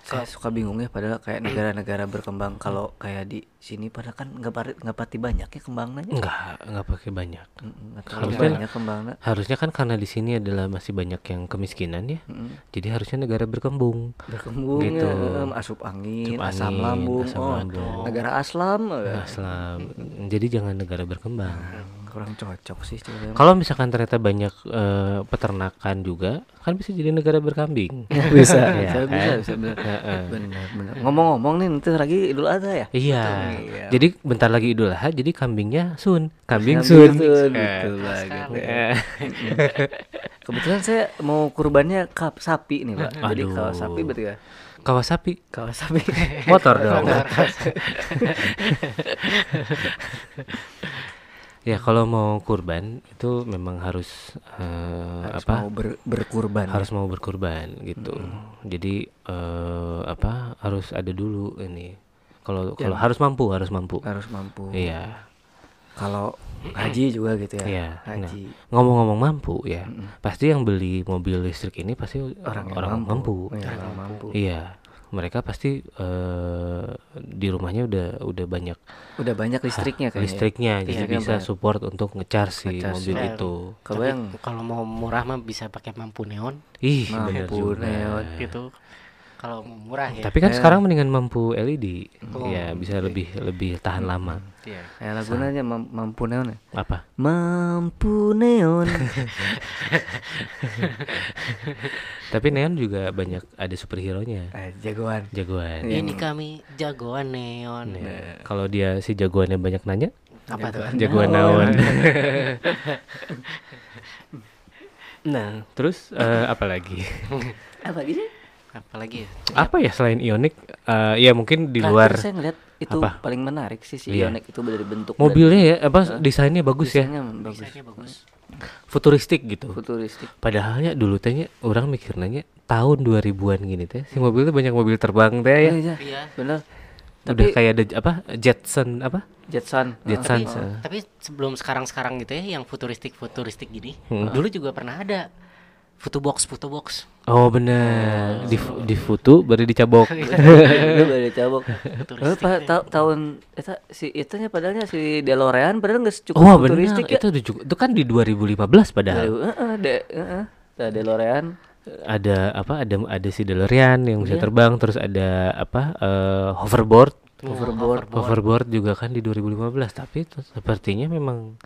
[SPEAKER 2] Saya suka bingung ya padahal kayak negara-negara berkembang kalau kayak di sini padahal kan nggak pari- nggak pati banyak ya kembangnya.
[SPEAKER 3] nggak nggak pakai banyak
[SPEAKER 2] Nggak terlalu
[SPEAKER 3] Oh. Harusnya-
[SPEAKER 2] banyak kembangnya.
[SPEAKER 3] harusnya kan karena di sini adalah masih banyak yang kemiskinan ya
[SPEAKER 2] Mm-mm.
[SPEAKER 3] jadi harusnya negara berkembang
[SPEAKER 2] Berkembung
[SPEAKER 3] Gitu.
[SPEAKER 2] ya, em, asup angin,
[SPEAKER 3] Asup
[SPEAKER 2] asam
[SPEAKER 3] angin,
[SPEAKER 2] lambung,
[SPEAKER 3] asam
[SPEAKER 2] oh,
[SPEAKER 3] lambung.
[SPEAKER 2] negara aslam, eh,
[SPEAKER 3] Islam Iya, jadi jangan negara berkembang
[SPEAKER 2] kurang cocok sih sebenarnya.
[SPEAKER 3] kalau misalkan ternyata banyak eh, peternakan juga kan bisa jadi negara berkambing
[SPEAKER 2] [LAUGHS] bisa,
[SPEAKER 3] Iya
[SPEAKER 2] bisa, bisa,
[SPEAKER 3] kan?
[SPEAKER 2] bisa, benar.
[SPEAKER 3] Heeh.
[SPEAKER 2] Benar, benar. Ngomong-ngomong nih nanti lagi Idul Adha ya.
[SPEAKER 3] Iya.
[SPEAKER 2] Iya.
[SPEAKER 3] Jadi bentar lagi Idul Adha, jadi kambingnya sun, kambing
[SPEAKER 2] Betul,
[SPEAKER 3] sun. Iya.
[SPEAKER 2] betul banget.
[SPEAKER 3] Eh,
[SPEAKER 2] Kebetulan saya mau kurbannya kap sapi nih pak. Jadi
[SPEAKER 3] Aduh.
[SPEAKER 2] kalau sapi berarti ya
[SPEAKER 3] Kawasapi,
[SPEAKER 2] kalau sapi
[SPEAKER 3] [LAUGHS] motor dong. [LAUGHS] ya kalau mau kurban itu memang harus, eh,
[SPEAKER 2] harus
[SPEAKER 3] apa?
[SPEAKER 2] mau ber- berkurban. ya.
[SPEAKER 3] harus mau berkurban gitu. Jadi eh, apa? Harus ada dulu ini. Kalau kalau harus mampu, harus mampu.
[SPEAKER 2] Iya. harus mampu.
[SPEAKER 3] Iya.
[SPEAKER 2] Kalau haji juga gitu ya.
[SPEAKER 3] Iya. Nah,
[SPEAKER 2] Haji.
[SPEAKER 3] ngomong-ngomong mampu ya, pasti yang beli mobil listrik ini pasti orang
[SPEAKER 2] yang
[SPEAKER 3] orang mampu.
[SPEAKER 2] Iya, orang mampu.
[SPEAKER 3] Iya, mereka pasti eh, di rumahnya udah udah banyak
[SPEAKER 2] Udah banyak listriknya Iya, kayaknya. ya.
[SPEAKER 3] listriknya, jadi
[SPEAKER 2] Listriknya
[SPEAKER 3] bisa
[SPEAKER 2] banyak.
[SPEAKER 3] support untuk ngecharge si
[SPEAKER 2] Ngecharge.
[SPEAKER 3] mobil
[SPEAKER 4] Iya.
[SPEAKER 3] itu.
[SPEAKER 2] Kebayang.
[SPEAKER 4] Kalau mau murah mah bisa pakai mampu neon
[SPEAKER 3] Ih, bener
[SPEAKER 2] Mampu
[SPEAKER 3] juga.
[SPEAKER 2] neon.
[SPEAKER 4] gitu. kalau murah ya.
[SPEAKER 3] Tapi kan
[SPEAKER 2] Iya.
[SPEAKER 3] sekarang mendingan mampu LED.
[SPEAKER 4] Oh.
[SPEAKER 3] Ya bisa lebih lebih tahan lama.
[SPEAKER 4] Iya.
[SPEAKER 2] Ya lagunya nya mam- mampu neon ya.
[SPEAKER 3] Apa?
[SPEAKER 2] Mampu
[SPEAKER 3] [LAUGHS]
[SPEAKER 2] neon.
[SPEAKER 3] Tapi neon juga banyak ada superhero-nya.
[SPEAKER 2] Ah, jagoan. Iya,
[SPEAKER 3] Jagoan.
[SPEAKER 4] Ini kami jagoan neon.
[SPEAKER 3] Ya. Kalau dia si jagoannya banyak nanya,
[SPEAKER 4] Apa tuh?
[SPEAKER 3] jagoan
[SPEAKER 2] [LAUGHS]
[SPEAKER 3] naon. nah, terus eh, apa lagi?
[SPEAKER 2] Apa gitu?
[SPEAKER 4] Apalagi ya?
[SPEAKER 3] apa ya selain ionik? Eh, ya mungkin di luar
[SPEAKER 2] Nah, saya ngeliat itu
[SPEAKER 3] apa?
[SPEAKER 2] paling menarik sih si
[SPEAKER 3] Iya.
[SPEAKER 2] Ioniq itu dari bentuk dan
[SPEAKER 3] mobilnya ya apa desainnya bagus ya,
[SPEAKER 2] Eh, desainnya bagus.
[SPEAKER 4] Desainnya bagus.
[SPEAKER 3] futuristik gitu.
[SPEAKER 2] Futuristik.
[SPEAKER 3] Padahalnya dulu tehnya orang mikirnya tahun 2000-an gini teh si mobilnya banyak mobil terbang teh ya.
[SPEAKER 2] Iya, iya.
[SPEAKER 4] Iya.
[SPEAKER 2] Bener.
[SPEAKER 3] Udah
[SPEAKER 2] Tapi
[SPEAKER 3] kayak ada j- apa Jetson apa?
[SPEAKER 2] Jetson.
[SPEAKER 3] Jetson.
[SPEAKER 4] Tapi,
[SPEAKER 3] eh.
[SPEAKER 4] tapi sebelum sekarang-sekarang gitu ya yang futuristik-futuristik gini,
[SPEAKER 3] Hmm.
[SPEAKER 4] dulu juga pernah ada photo box photo box.
[SPEAKER 3] Oh bener di fu- di futu baru
[SPEAKER 2] [LAUGHS]
[SPEAKER 3] dicabok.
[SPEAKER 2] Lu baru
[SPEAKER 3] [LAUGHS]
[SPEAKER 2] cabok. Eh,
[SPEAKER 4] Futuristik
[SPEAKER 2] pa- ta- tahun eta si itunya padahalnya si DeLorean padahal nggak cukup
[SPEAKER 3] Oh bener
[SPEAKER 2] futuristik ya. Iya.
[SPEAKER 3] itu di- juga- itu kan di 2015 padahal
[SPEAKER 2] Heeh, de, heeh. Nah, DeLorean
[SPEAKER 3] ada apa ada ada si DeLorean yang bisa terbang terus ada apa eh, hoverboard
[SPEAKER 2] Hoverboard.
[SPEAKER 3] hoverboard juga kan di 2015 tapi itu sepertinya memang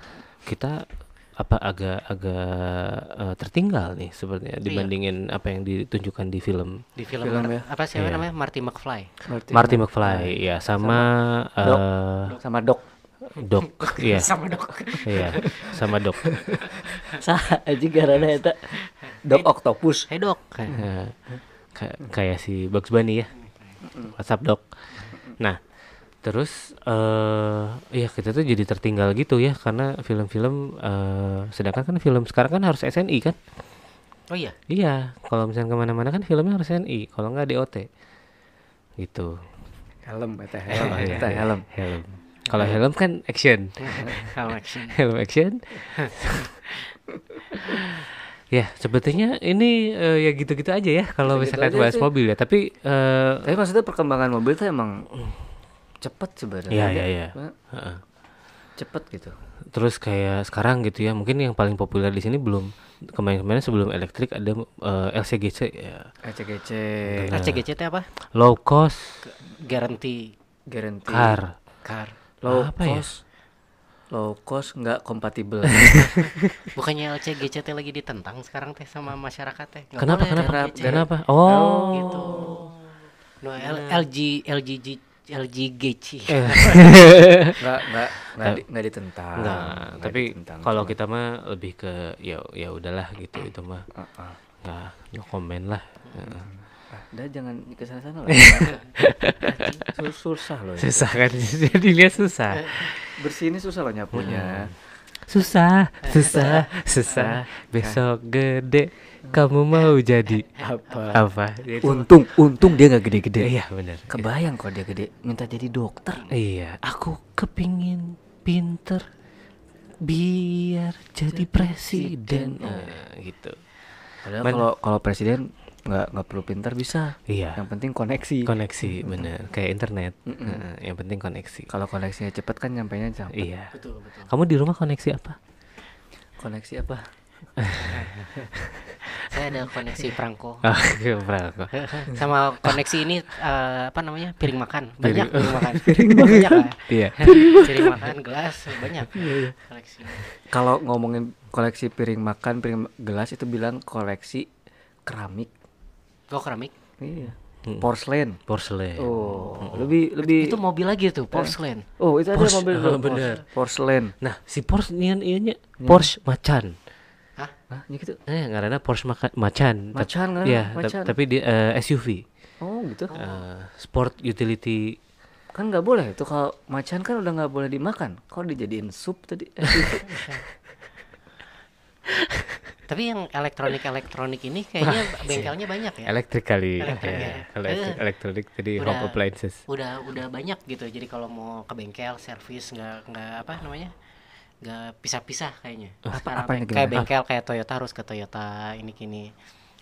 [SPEAKER 3] kita apa agak-agak eh, tertinggal nih sepertinya dibandingin apa yang ditunjukkan di film ya? Iya.
[SPEAKER 4] Di film, Mar- apa sih namanya Marty McFly.
[SPEAKER 3] Marty McFly ya sama
[SPEAKER 2] Doc.
[SPEAKER 3] eh,
[SPEAKER 2] sama Doc.
[SPEAKER 3] [LAUGHS] Doc ya
[SPEAKER 4] Sama dok.
[SPEAKER 3] iya sama Doc
[SPEAKER 2] Sah aja karena eta Doc Octopus.
[SPEAKER 4] Hey dok.
[SPEAKER 3] Eh, ka- kayak si Bugs Bunny ya. WhatsApp dok. Nah, terus eh ya kita tuh jadi tertinggal gitu ya karena film-film eh sedangkan kan film sekarang kan harus SNI kan?
[SPEAKER 4] Oh iya.
[SPEAKER 3] Iya, kalau misalnya kemana-mana kan filmnya harus SNI, kalau nggak DOT gitu.
[SPEAKER 2] Helm eta
[SPEAKER 3] Oh, iya,
[SPEAKER 2] Eh, eta
[SPEAKER 3] iya,
[SPEAKER 2] helm.
[SPEAKER 3] Helm. Kalau helm kan
[SPEAKER 2] [LAUGHS]
[SPEAKER 3] action.
[SPEAKER 4] Sama action.
[SPEAKER 3] Helm action. ya, sepertinya ini eh, ya gitu-gitu aja ya kalau
[SPEAKER 2] Gitu-gitu
[SPEAKER 3] misalkan
[SPEAKER 2] aja
[SPEAKER 3] bahas
[SPEAKER 2] sih.
[SPEAKER 3] mobil ya. Tapi eh,
[SPEAKER 2] Tapi maksudnya perkembangan mobil tuh emang cepet sebenarnya.
[SPEAKER 3] Iya,
[SPEAKER 2] Ada-
[SPEAKER 3] iya, iya.
[SPEAKER 2] apa,
[SPEAKER 3] Heeh.
[SPEAKER 2] Cepet gitu.
[SPEAKER 3] Terus kayak sekarang gitu ya, mungkin yang paling populer di sini belum kemarin-kemarin sebelum elektrik ada eh, LCGC ya.
[SPEAKER 2] Ecek-ecek,
[SPEAKER 4] RCGC itu apa?
[SPEAKER 3] low cost
[SPEAKER 4] Guarantee
[SPEAKER 2] guarantee.
[SPEAKER 3] car.
[SPEAKER 4] car.
[SPEAKER 2] low
[SPEAKER 3] Apa ya?
[SPEAKER 2] cost. Low cost nggak kompatibel.
[SPEAKER 4] Bukannya LCGCT lagi ditentang sekarang teh sama masyarakat teh. Nggak
[SPEAKER 3] Kenapa
[SPEAKER 4] boleh
[SPEAKER 3] kenapa
[SPEAKER 4] LCGC.
[SPEAKER 3] kenapa? Oh. Iya.
[SPEAKER 4] Gitu. No L, LG LGG LGGC.
[SPEAKER 3] Eh.
[SPEAKER 2] nggak nggak nggak di- nggak ditentang.
[SPEAKER 3] Nah,
[SPEAKER 2] Nggak
[SPEAKER 3] tapi
[SPEAKER 2] ditentang.
[SPEAKER 3] kalau kita mah lebih ke ya ya udahlah gitu itu mah.
[SPEAKER 2] Heeh.
[SPEAKER 3] Nggak no comment lah. Heeh.
[SPEAKER 2] Ah, udah jangan ke sana sana lah. Sus- susah loh. Ya.
[SPEAKER 3] [LAUGHS] Susah kan [LAUGHS] jadinya susah.
[SPEAKER 2] Bersihinnya susah loh nyapunya.
[SPEAKER 3] Susah, susah, susah. Besok gede kamu mau jadi
[SPEAKER 2] Apa?
[SPEAKER 3] Eh, apa? Ya, itu-
[SPEAKER 2] Untung untung dia nggak gede-gede.
[SPEAKER 3] Iya benar.
[SPEAKER 2] Kebayang kok dia gede minta jadi dokter.
[SPEAKER 3] Iya, aku kepingin pinter biar jadi presiden Nah, gitu.
[SPEAKER 2] Padahal
[SPEAKER 3] Men-
[SPEAKER 2] kalau kalau presiden nggak nggak perlu pintar bisa.
[SPEAKER 3] Iya.
[SPEAKER 2] Yang penting koneksi.
[SPEAKER 3] Koneksi bener, kayak internet. Heeh, yang penting koneksi.
[SPEAKER 2] kalau koneksinya cepat kan nyampainya cepat.
[SPEAKER 3] Iya.
[SPEAKER 4] Betul betul.
[SPEAKER 3] Kamu di rumah koneksi apa?
[SPEAKER 2] Koneksi apa?
[SPEAKER 4] Saya ada koneksi perangko.
[SPEAKER 3] Ah, kepala [LAUGHS] aku.
[SPEAKER 4] sama koneksi ini eh, apa namanya? piring makan. Banyak piring
[SPEAKER 3] [LAUGHS]
[SPEAKER 4] makan. banyak lah.
[SPEAKER 3] Iya.
[SPEAKER 4] [LAUGHS] piring makan gelas banyak. Koneksi.
[SPEAKER 2] Kalau ngomongin koleksi piring makan, piring ma- gelas itu bilang koleksi keramik.
[SPEAKER 4] Gua keramik.
[SPEAKER 2] Iya. Porcelain.
[SPEAKER 3] Porselen.
[SPEAKER 2] Oh, lebih lebih
[SPEAKER 4] Itu mobil lagi tuh, porcelain.
[SPEAKER 2] Oh, itu ada
[SPEAKER 3] Pors-
[SPEAKER 2] mobil
[SPEAKER 3] ah,
[SPEAKER 2] tuh,
[SPEAKER 3] bener.
[SPEAKER 2] pors- Porcelain.
[SPEAKER 3] Nah, si Porsche nian ianya iya. Porsche macan.
[SPEAKER 4] Hah?
[SPEAKER 2] Hah, ya gitu.
[SPEAKER 3] Eh, karena Porsche maka- macan. Tap-
[SPEAKER 2] Macan ngaranna,
[SPEAKER 3] Iya, tap-
[SPEAKER 2] macan.
[SPEAKER 3] tapi di eh, SUV.
[SPEAKER 2] Oh, gitu.
[SPEAKER 3] Eh, sport utility
[SPEAKER 2] Kan nggak boleh itu kalau macan kan udah nggak boleh dimakan. Kok dijadiin sup tadi?
[SPEAKER 4] Tapi yang elektronik-elektronik ini kayaknya bengkelnya banyak ya.
[SPEAKER 3] elektrik kali Iya,
[SPEAKER 4] Elektrik, ya.
[SPEAKER 3] elektrik
[SPEAKER 4] Eh.
[SPEAKER 3] elektronik jadi
[SPEAKER 4] Udah.
[SPEAKER 3] home appliances
[SPEAKER 4] udah udah banyak gitu jadi kalau mau ke bengkel servis nggak nggak apa namanya nggak pisah-pisah kayaknya apa,
[SPEAKER 2] apanya
[SPEAKER 4] kayak
[SPEAKER 2] gimana?
[SPEAKER 4] bengkel kayak Toyota harus ke Toyota ini kini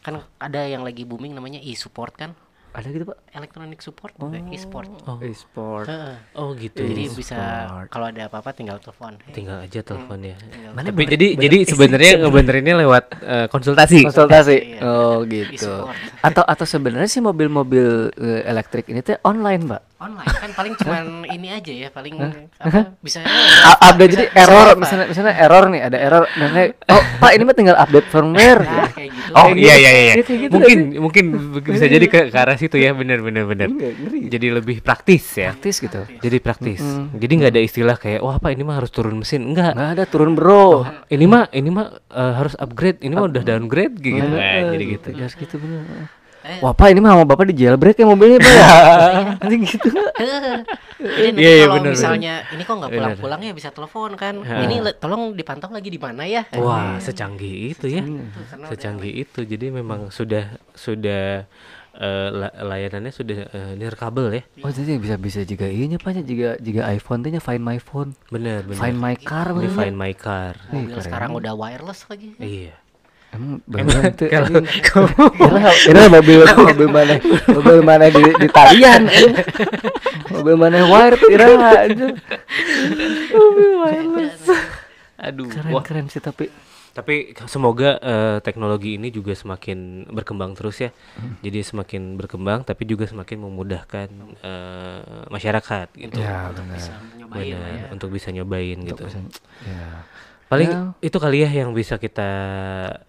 [SPEAKER 4] kan ada yang lagi booming namanya e-support kan
[SPEAKER 2] ada gitu pak
[SPEAKER 4] electronic support juga e-sport.
[SPEAKER 3] Oh.
[SPEAKER 2] [LAUGHS] e-sport
[SPEAKER 4] Heeh.
[SPEAKER 3] Oh gitu.
[SPEAKER 4] Jadi bisa kalau ada apa-apa tinggal telepon. Hey,
[SPEAKER 3] tinggal aja telepon ya.
[SPEAKER 4] tinggal
[SPEAKER 3] Tapi jadi jadi [LAUGHS] sebenarnya ngebenerinnya lewat eh, konsultasi.
[SPEAKER 2] konsultasi
[SPEAKER 4] Iya.
[SPEAKER 2] oh gitu
[SPEAKER 4] E-sport.
[SPEAKER 2] atau atau sebenarnya sih mobil-mobil eh, elektrik ini teh online pak
[SPEAKER 4] online kan paling cuman ini aja ya paling apa bisa
[SPEAKER 2] U- update
[SPEAKER 4] bisa-
[SPEAKER 2] jadi
[SPEAKER 4] bisa
[SPEAKER 2] error
[SPEAKER 4] apa.
[SPEAKER 2] misalnya misalnya error nih ada error misalnya oh pak ini mah tinggal update firmware
[SPEAKER 4] Nah, kayak gitu.
[SPEAKER 3] Oh
[SPEAKER 2] Kayak
[SPEAKER 3] iya
[SPEAKER 2] gitu.
[SPEAKER 3] iya iya.
[SPEAKER 2] Iya, kayak gitu
[SPEAKER 3] [LAUGHS] mungkin mungkin bisa jadi ke, ke arah situ ya benar benar benar.
[SPEAKER 2] Iya, ngeri.
[SPEAKER 3] Jadi lebih praktis ya.
[SPEAKER 2] praktis gitu
[SPEAKER 3] Jadi praktis. Jadi nggak ada istilah kayak wah apa ini mah harus turun mesin. Enggak.
[SPEAKER 2] nggak ada turun bro
[SPEAKER 3] Ini mah ini mah eh, harus upgrade. Ini mah udah downgrade gitu. Nah, jadi gitu.
[SPEAKER 2] ya harus gitu bener wah pak ini mah sama bapak di jailbreak ya mobilnya pak [LAUGHS] nanti gitu
[SPEAKER 4] [LAUGHS] Jadi nanti
[SPEAKER 3] Iya, iya,
[SPEAKER 4] kalau
[SPEAKER 3] bener,
[SPEAKER 4] misalnya ini kok
[SPEAKER 2] Iya,
[SPEAKER 4] nggak pulang-pulang ya bisa telepon kan. Ini le- tolong dipantau lagi di mana ya?
[SPEAKER 2] Oh,
[SPEAKER 3] Wah, secanggih itu ya. Secanggih itu. Jadi memang sudah sudah eh, la- layanannya sudah eh, nirkabel ya.
[SPEAKER 2] oh jadi bisa bisa juga iya pak juga juga iPhone tehnya find my phone
[SPEAKER 3] Benar benar.
[SPEAKER 2] find my car
[SPEAKER 3] Ini
[SPEAKER 2] bener.
[SPEAKER 3] find my car.
[SPEAKER 4] Mobil sekarang udah wireless lagi.
[SPEAKER 3] Iya.
[SPEAKER 2] Emang beneran [LAUGHS] tuh anjing. [LAUGHS] Inilah inilah mobil mobil mana mobil mana di di talian anjing. mobil mana wired inilah anjing.
[SPEAKER 3] Aduh.
[SPEAKER 2] keren
[SPEAKER 3] wah.
[SPEAKER 2] keren sih tapi
[SPEAKER 3] Tapi semoga eh, teknologi ini juga semakin berkembang terus ya. Jadi semakin berkembang tapi juga semakin memudahkan eh, masyarakat gitu.
[SPEAKER 2] Ya, benar
[SPEAKER 4] Nyobain lah ya.
[SPEAKER 3] Benar, untuk bisa nyobain gitu.
[SPEAKER 2] ya
[SPEAKER 3] Paling
[SPEAKER 2] Ya.
[SPEAKER 3] itu kali ya yang bisa kita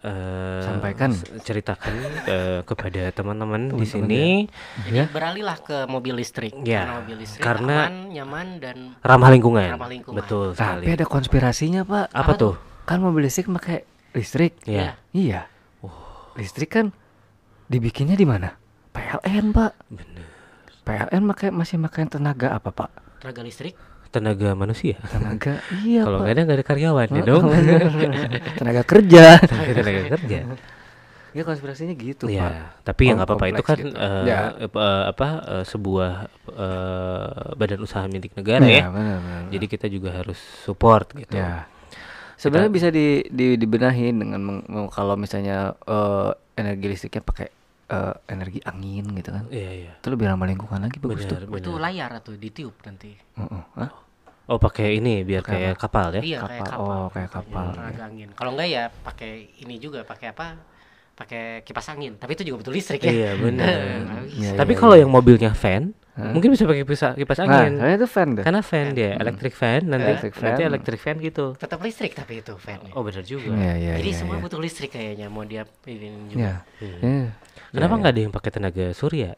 [SPEAKER 3] eh,
[SPEAKER 2] Sampaikan.
[SPEAKER 3] s- ceritakan eh, kepada teman-teman di sini.
[SPEAKER 2] ya
[SPEAKER 4] Beralihlah ke mobil listrik.
[SPEAKER 2] Iya.
[SPEAKER 3] Ya,
[SPEAKER 4] Karena mobil listrik
[SPEAKER 3] karena-
[SPEAKER 4] aman, nyaman dan
[SPEAKER 3] Ramah lingkungan.
[SPEAKER 4] Ramah lingkungan.
[SPEAKER 3] Betul sekali.
[SPEAKER 2] tapi ada konspirasinya pak
[SPEAKER 3] Apa tuh?
[SPEAKER 2] kan mobil listrik pakai listrik
[SPEAKER 3] Ya.
[SPEAKER 2] iya listrik kan dibikinnya di mana PLN pak
[SPEAKER 3] Benar.
[SPEAKER 2] PLN pakai masih pakai tenaga apa pak
[SPEAKER 3] [LAUGHS]
[SPEAKER 4] tenaga listrik.
[SPEAKER 3] Tenaga manusia.
[SPEAKER 2] tenaga iya
[SPEAKER 3] Kalau
[SPEAKER 2] pak Oh,
[SPEAKER 3] nggak ada nggak ada karyawan ya [LAUGHS] dong.
[SPEAKER 2] Bener. Iya [LAUGHS] tenaga kerja
[SPEAKER 3] Tenaga kerja.
[SPEAKER 2] Ya konspirasinya gitu pak.
[SPEAKER 3] Ya, tapi yang
[SPEAKER 2] Kom-
[SPEAKER 3] nggak apa-apa itu
[SPEAKER 2] kompleks
[SPEAKER 3] kan
[SPEAKER 2] gitu.
[SPEAKER 3] eh,
[SPEAKER 2] Ya.
[SPEAKER 3] ep- eh, apa eh, sebuah eh, badan usaha milik negara ya.
[SPEAKER 2] Iya, benar, benar,
[SPEAKER 3] Jadi kita juga harus support gitu.
[SPEAKER 2] Ya. Sebenarnya bisa di, di- dibenahi dengan meng- meng- kalau misalnya eh, energi listriknya pakai eh, energi angin gitu kan.
[SPEAKER 3] Iya, iya.
[SPEAKER 2] Itu lebih ramah lingkungan lagi bagus tuh.
[SPEAKER 3] Benar, benar.
[SPEAKER 4] Itu layar atau ditiup nanti.
[SPEAKER 2] Heeh. Hah?
[SPEAKER 3] Oh, pakai ini biar kayak kapal ya.
[SPEAKER 4] Iya kayak
[SPEAKER 2] Kapal.
[SPEAKER 4] kapal.
[SPEAKER 2] Oh, kayak kapal,
[SPEAKER 4] Iya, Tenaga angin. Kalau enggak ya pakai ini juga pakai apa? Pakai kipas angin. Tapi itu juga butuh listrik ya.
[SPEAKER 3] Iya, benar.
[SPEAKER 2] [LAUGHS] Iya,
[SPEAKER 3] tapi
[SPEAKER 2] iya,
[SPEAKER 3] kalau yang mobilnya van, mungkin bisa pakai kipas, kipas
[SPEAKER 2] Nah,
[SPEAKER 3] angin. Kan
[SPEAKER 2] soalnya itu fan tuh.
[SPEAKER 3] Karena van dia electric van nanti
[SPEAKER 2] Hmm. Electric
[SPEAKER 3] nanti
[SPEAKER 2] van.
[SPEAKER 3] electric van gitu.
[SPEAKER 4] Tetap listrik tapi itu fan.
[SPEAKER 3] Oh, benar juga.
[SPEAKER 2] Iya, iya,
[SPEAKER 4] Jadi
[SPEAKER 2] iya,
[SPEAKER 4] semua
[SPEAKER 2] iya.
[SPEAKER 4] butuh listrik kayaknya mau dia ini juga.
[SPEAKER 2] Iya. Iya.
[SPEAKER 3] Kenapa nggak ada yang pakai tenaga surya?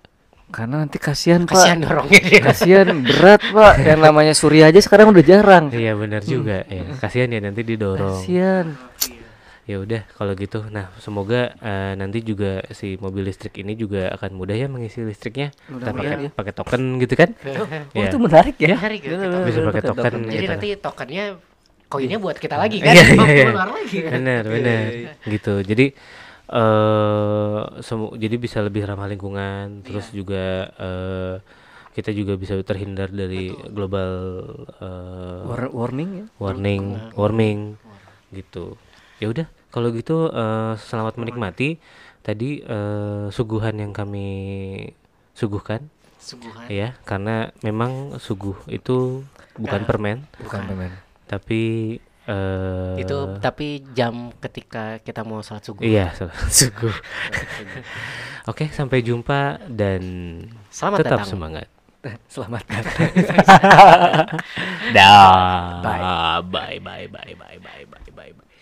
[SPEAKER 2] Karena nanti kasihan,
[SPEAKER 4] Kasihan
[SPEAKER 2] Pak.
[SPEAKER 4] dorongnya
[SPEAKER 3] [LAUGHS]
[SPEAKER 4] dia.
[SPEAKER 2] Kasihan berat, Pak. Yang namanya surya aja sekarang udah jarang.
[SPEAKER 3] Iya, benar juga. Ya, kasihan ya nanti didorong.
[SPEAKER 2] Kasihan.
[SPEAKER 3] Ya udah kalau gitu. Nah, semoga eh, nanti juga si mobil listrik ini juga akan mudah ya mengisi listriknya. Kita pakai pakai token gitu kan?
[SPEAKER 4] Iya.
[SPEAKER 2] Oh,
[SPEAKER 3] Ya.
[SPEAKER 2] itu menarik ya.
[SPEAKER 4] Menarik ya,
[SPEAKER 2] Bener,
[SPEAKER 4] kita-
[SPEAKER 2] bener,
[SPEAKER 3] Bisa
[SPEAKER 2] bener,
[SPEAKER 3] pakai
[SPEAKER 2] betul,
[SPEAKER 3] token
[SPEAKER 2] betul.
[SPEAKER 4] Jadi
[SPEAKER 3] gitu.
[SPEAKER 4] nanti ya. tokennya koinnya buat kita lagi kan.
[SPEAKER 3] Iya, iya, iya.
[SPEAKER 4] Keluar lagi. kan?
[SPEAKER 3] [LAUGHS] Benar, benar. Gitu. Jadi eh semu- jadi bisa lebih ramah lingkungan, terus juga eh, kita juga bisa terhindar dari global eh,
[SPEAKER 2] War- warning ya.
[SPEAKER 3] warning, warming gitu. Ya udah, kalau gitu eh, selamat menikmati tadi eh, suguhan yang kami suguhkan
[SPEAKER 4] Suguhan.
[SPEAKER 3] ya, karena memang suguh itu bukan
[SPEAKER 4] Eh.
[SPEAKER 3] permen,
[SPEAKER 2] Bukan pemain.
[SPEAKER 3] tapi eh,
[SPEAKER 4] Itu tapi jam ketika kita mau sholat subuh.
[SPEAKER 3] iya salah, [LAUGHS] suguh. Oke, sampai jumpa dan
[SPEAKER 4] Selamat
[SPEAKER 3] tetap
[SPEAKER 4] datang.
[SPEAKER 3] semangat.
[SPEAKER 2] [LAUGHS] Selamat.
[SPEAKER 3] Dah. Bye bye bye bye bye bye bye.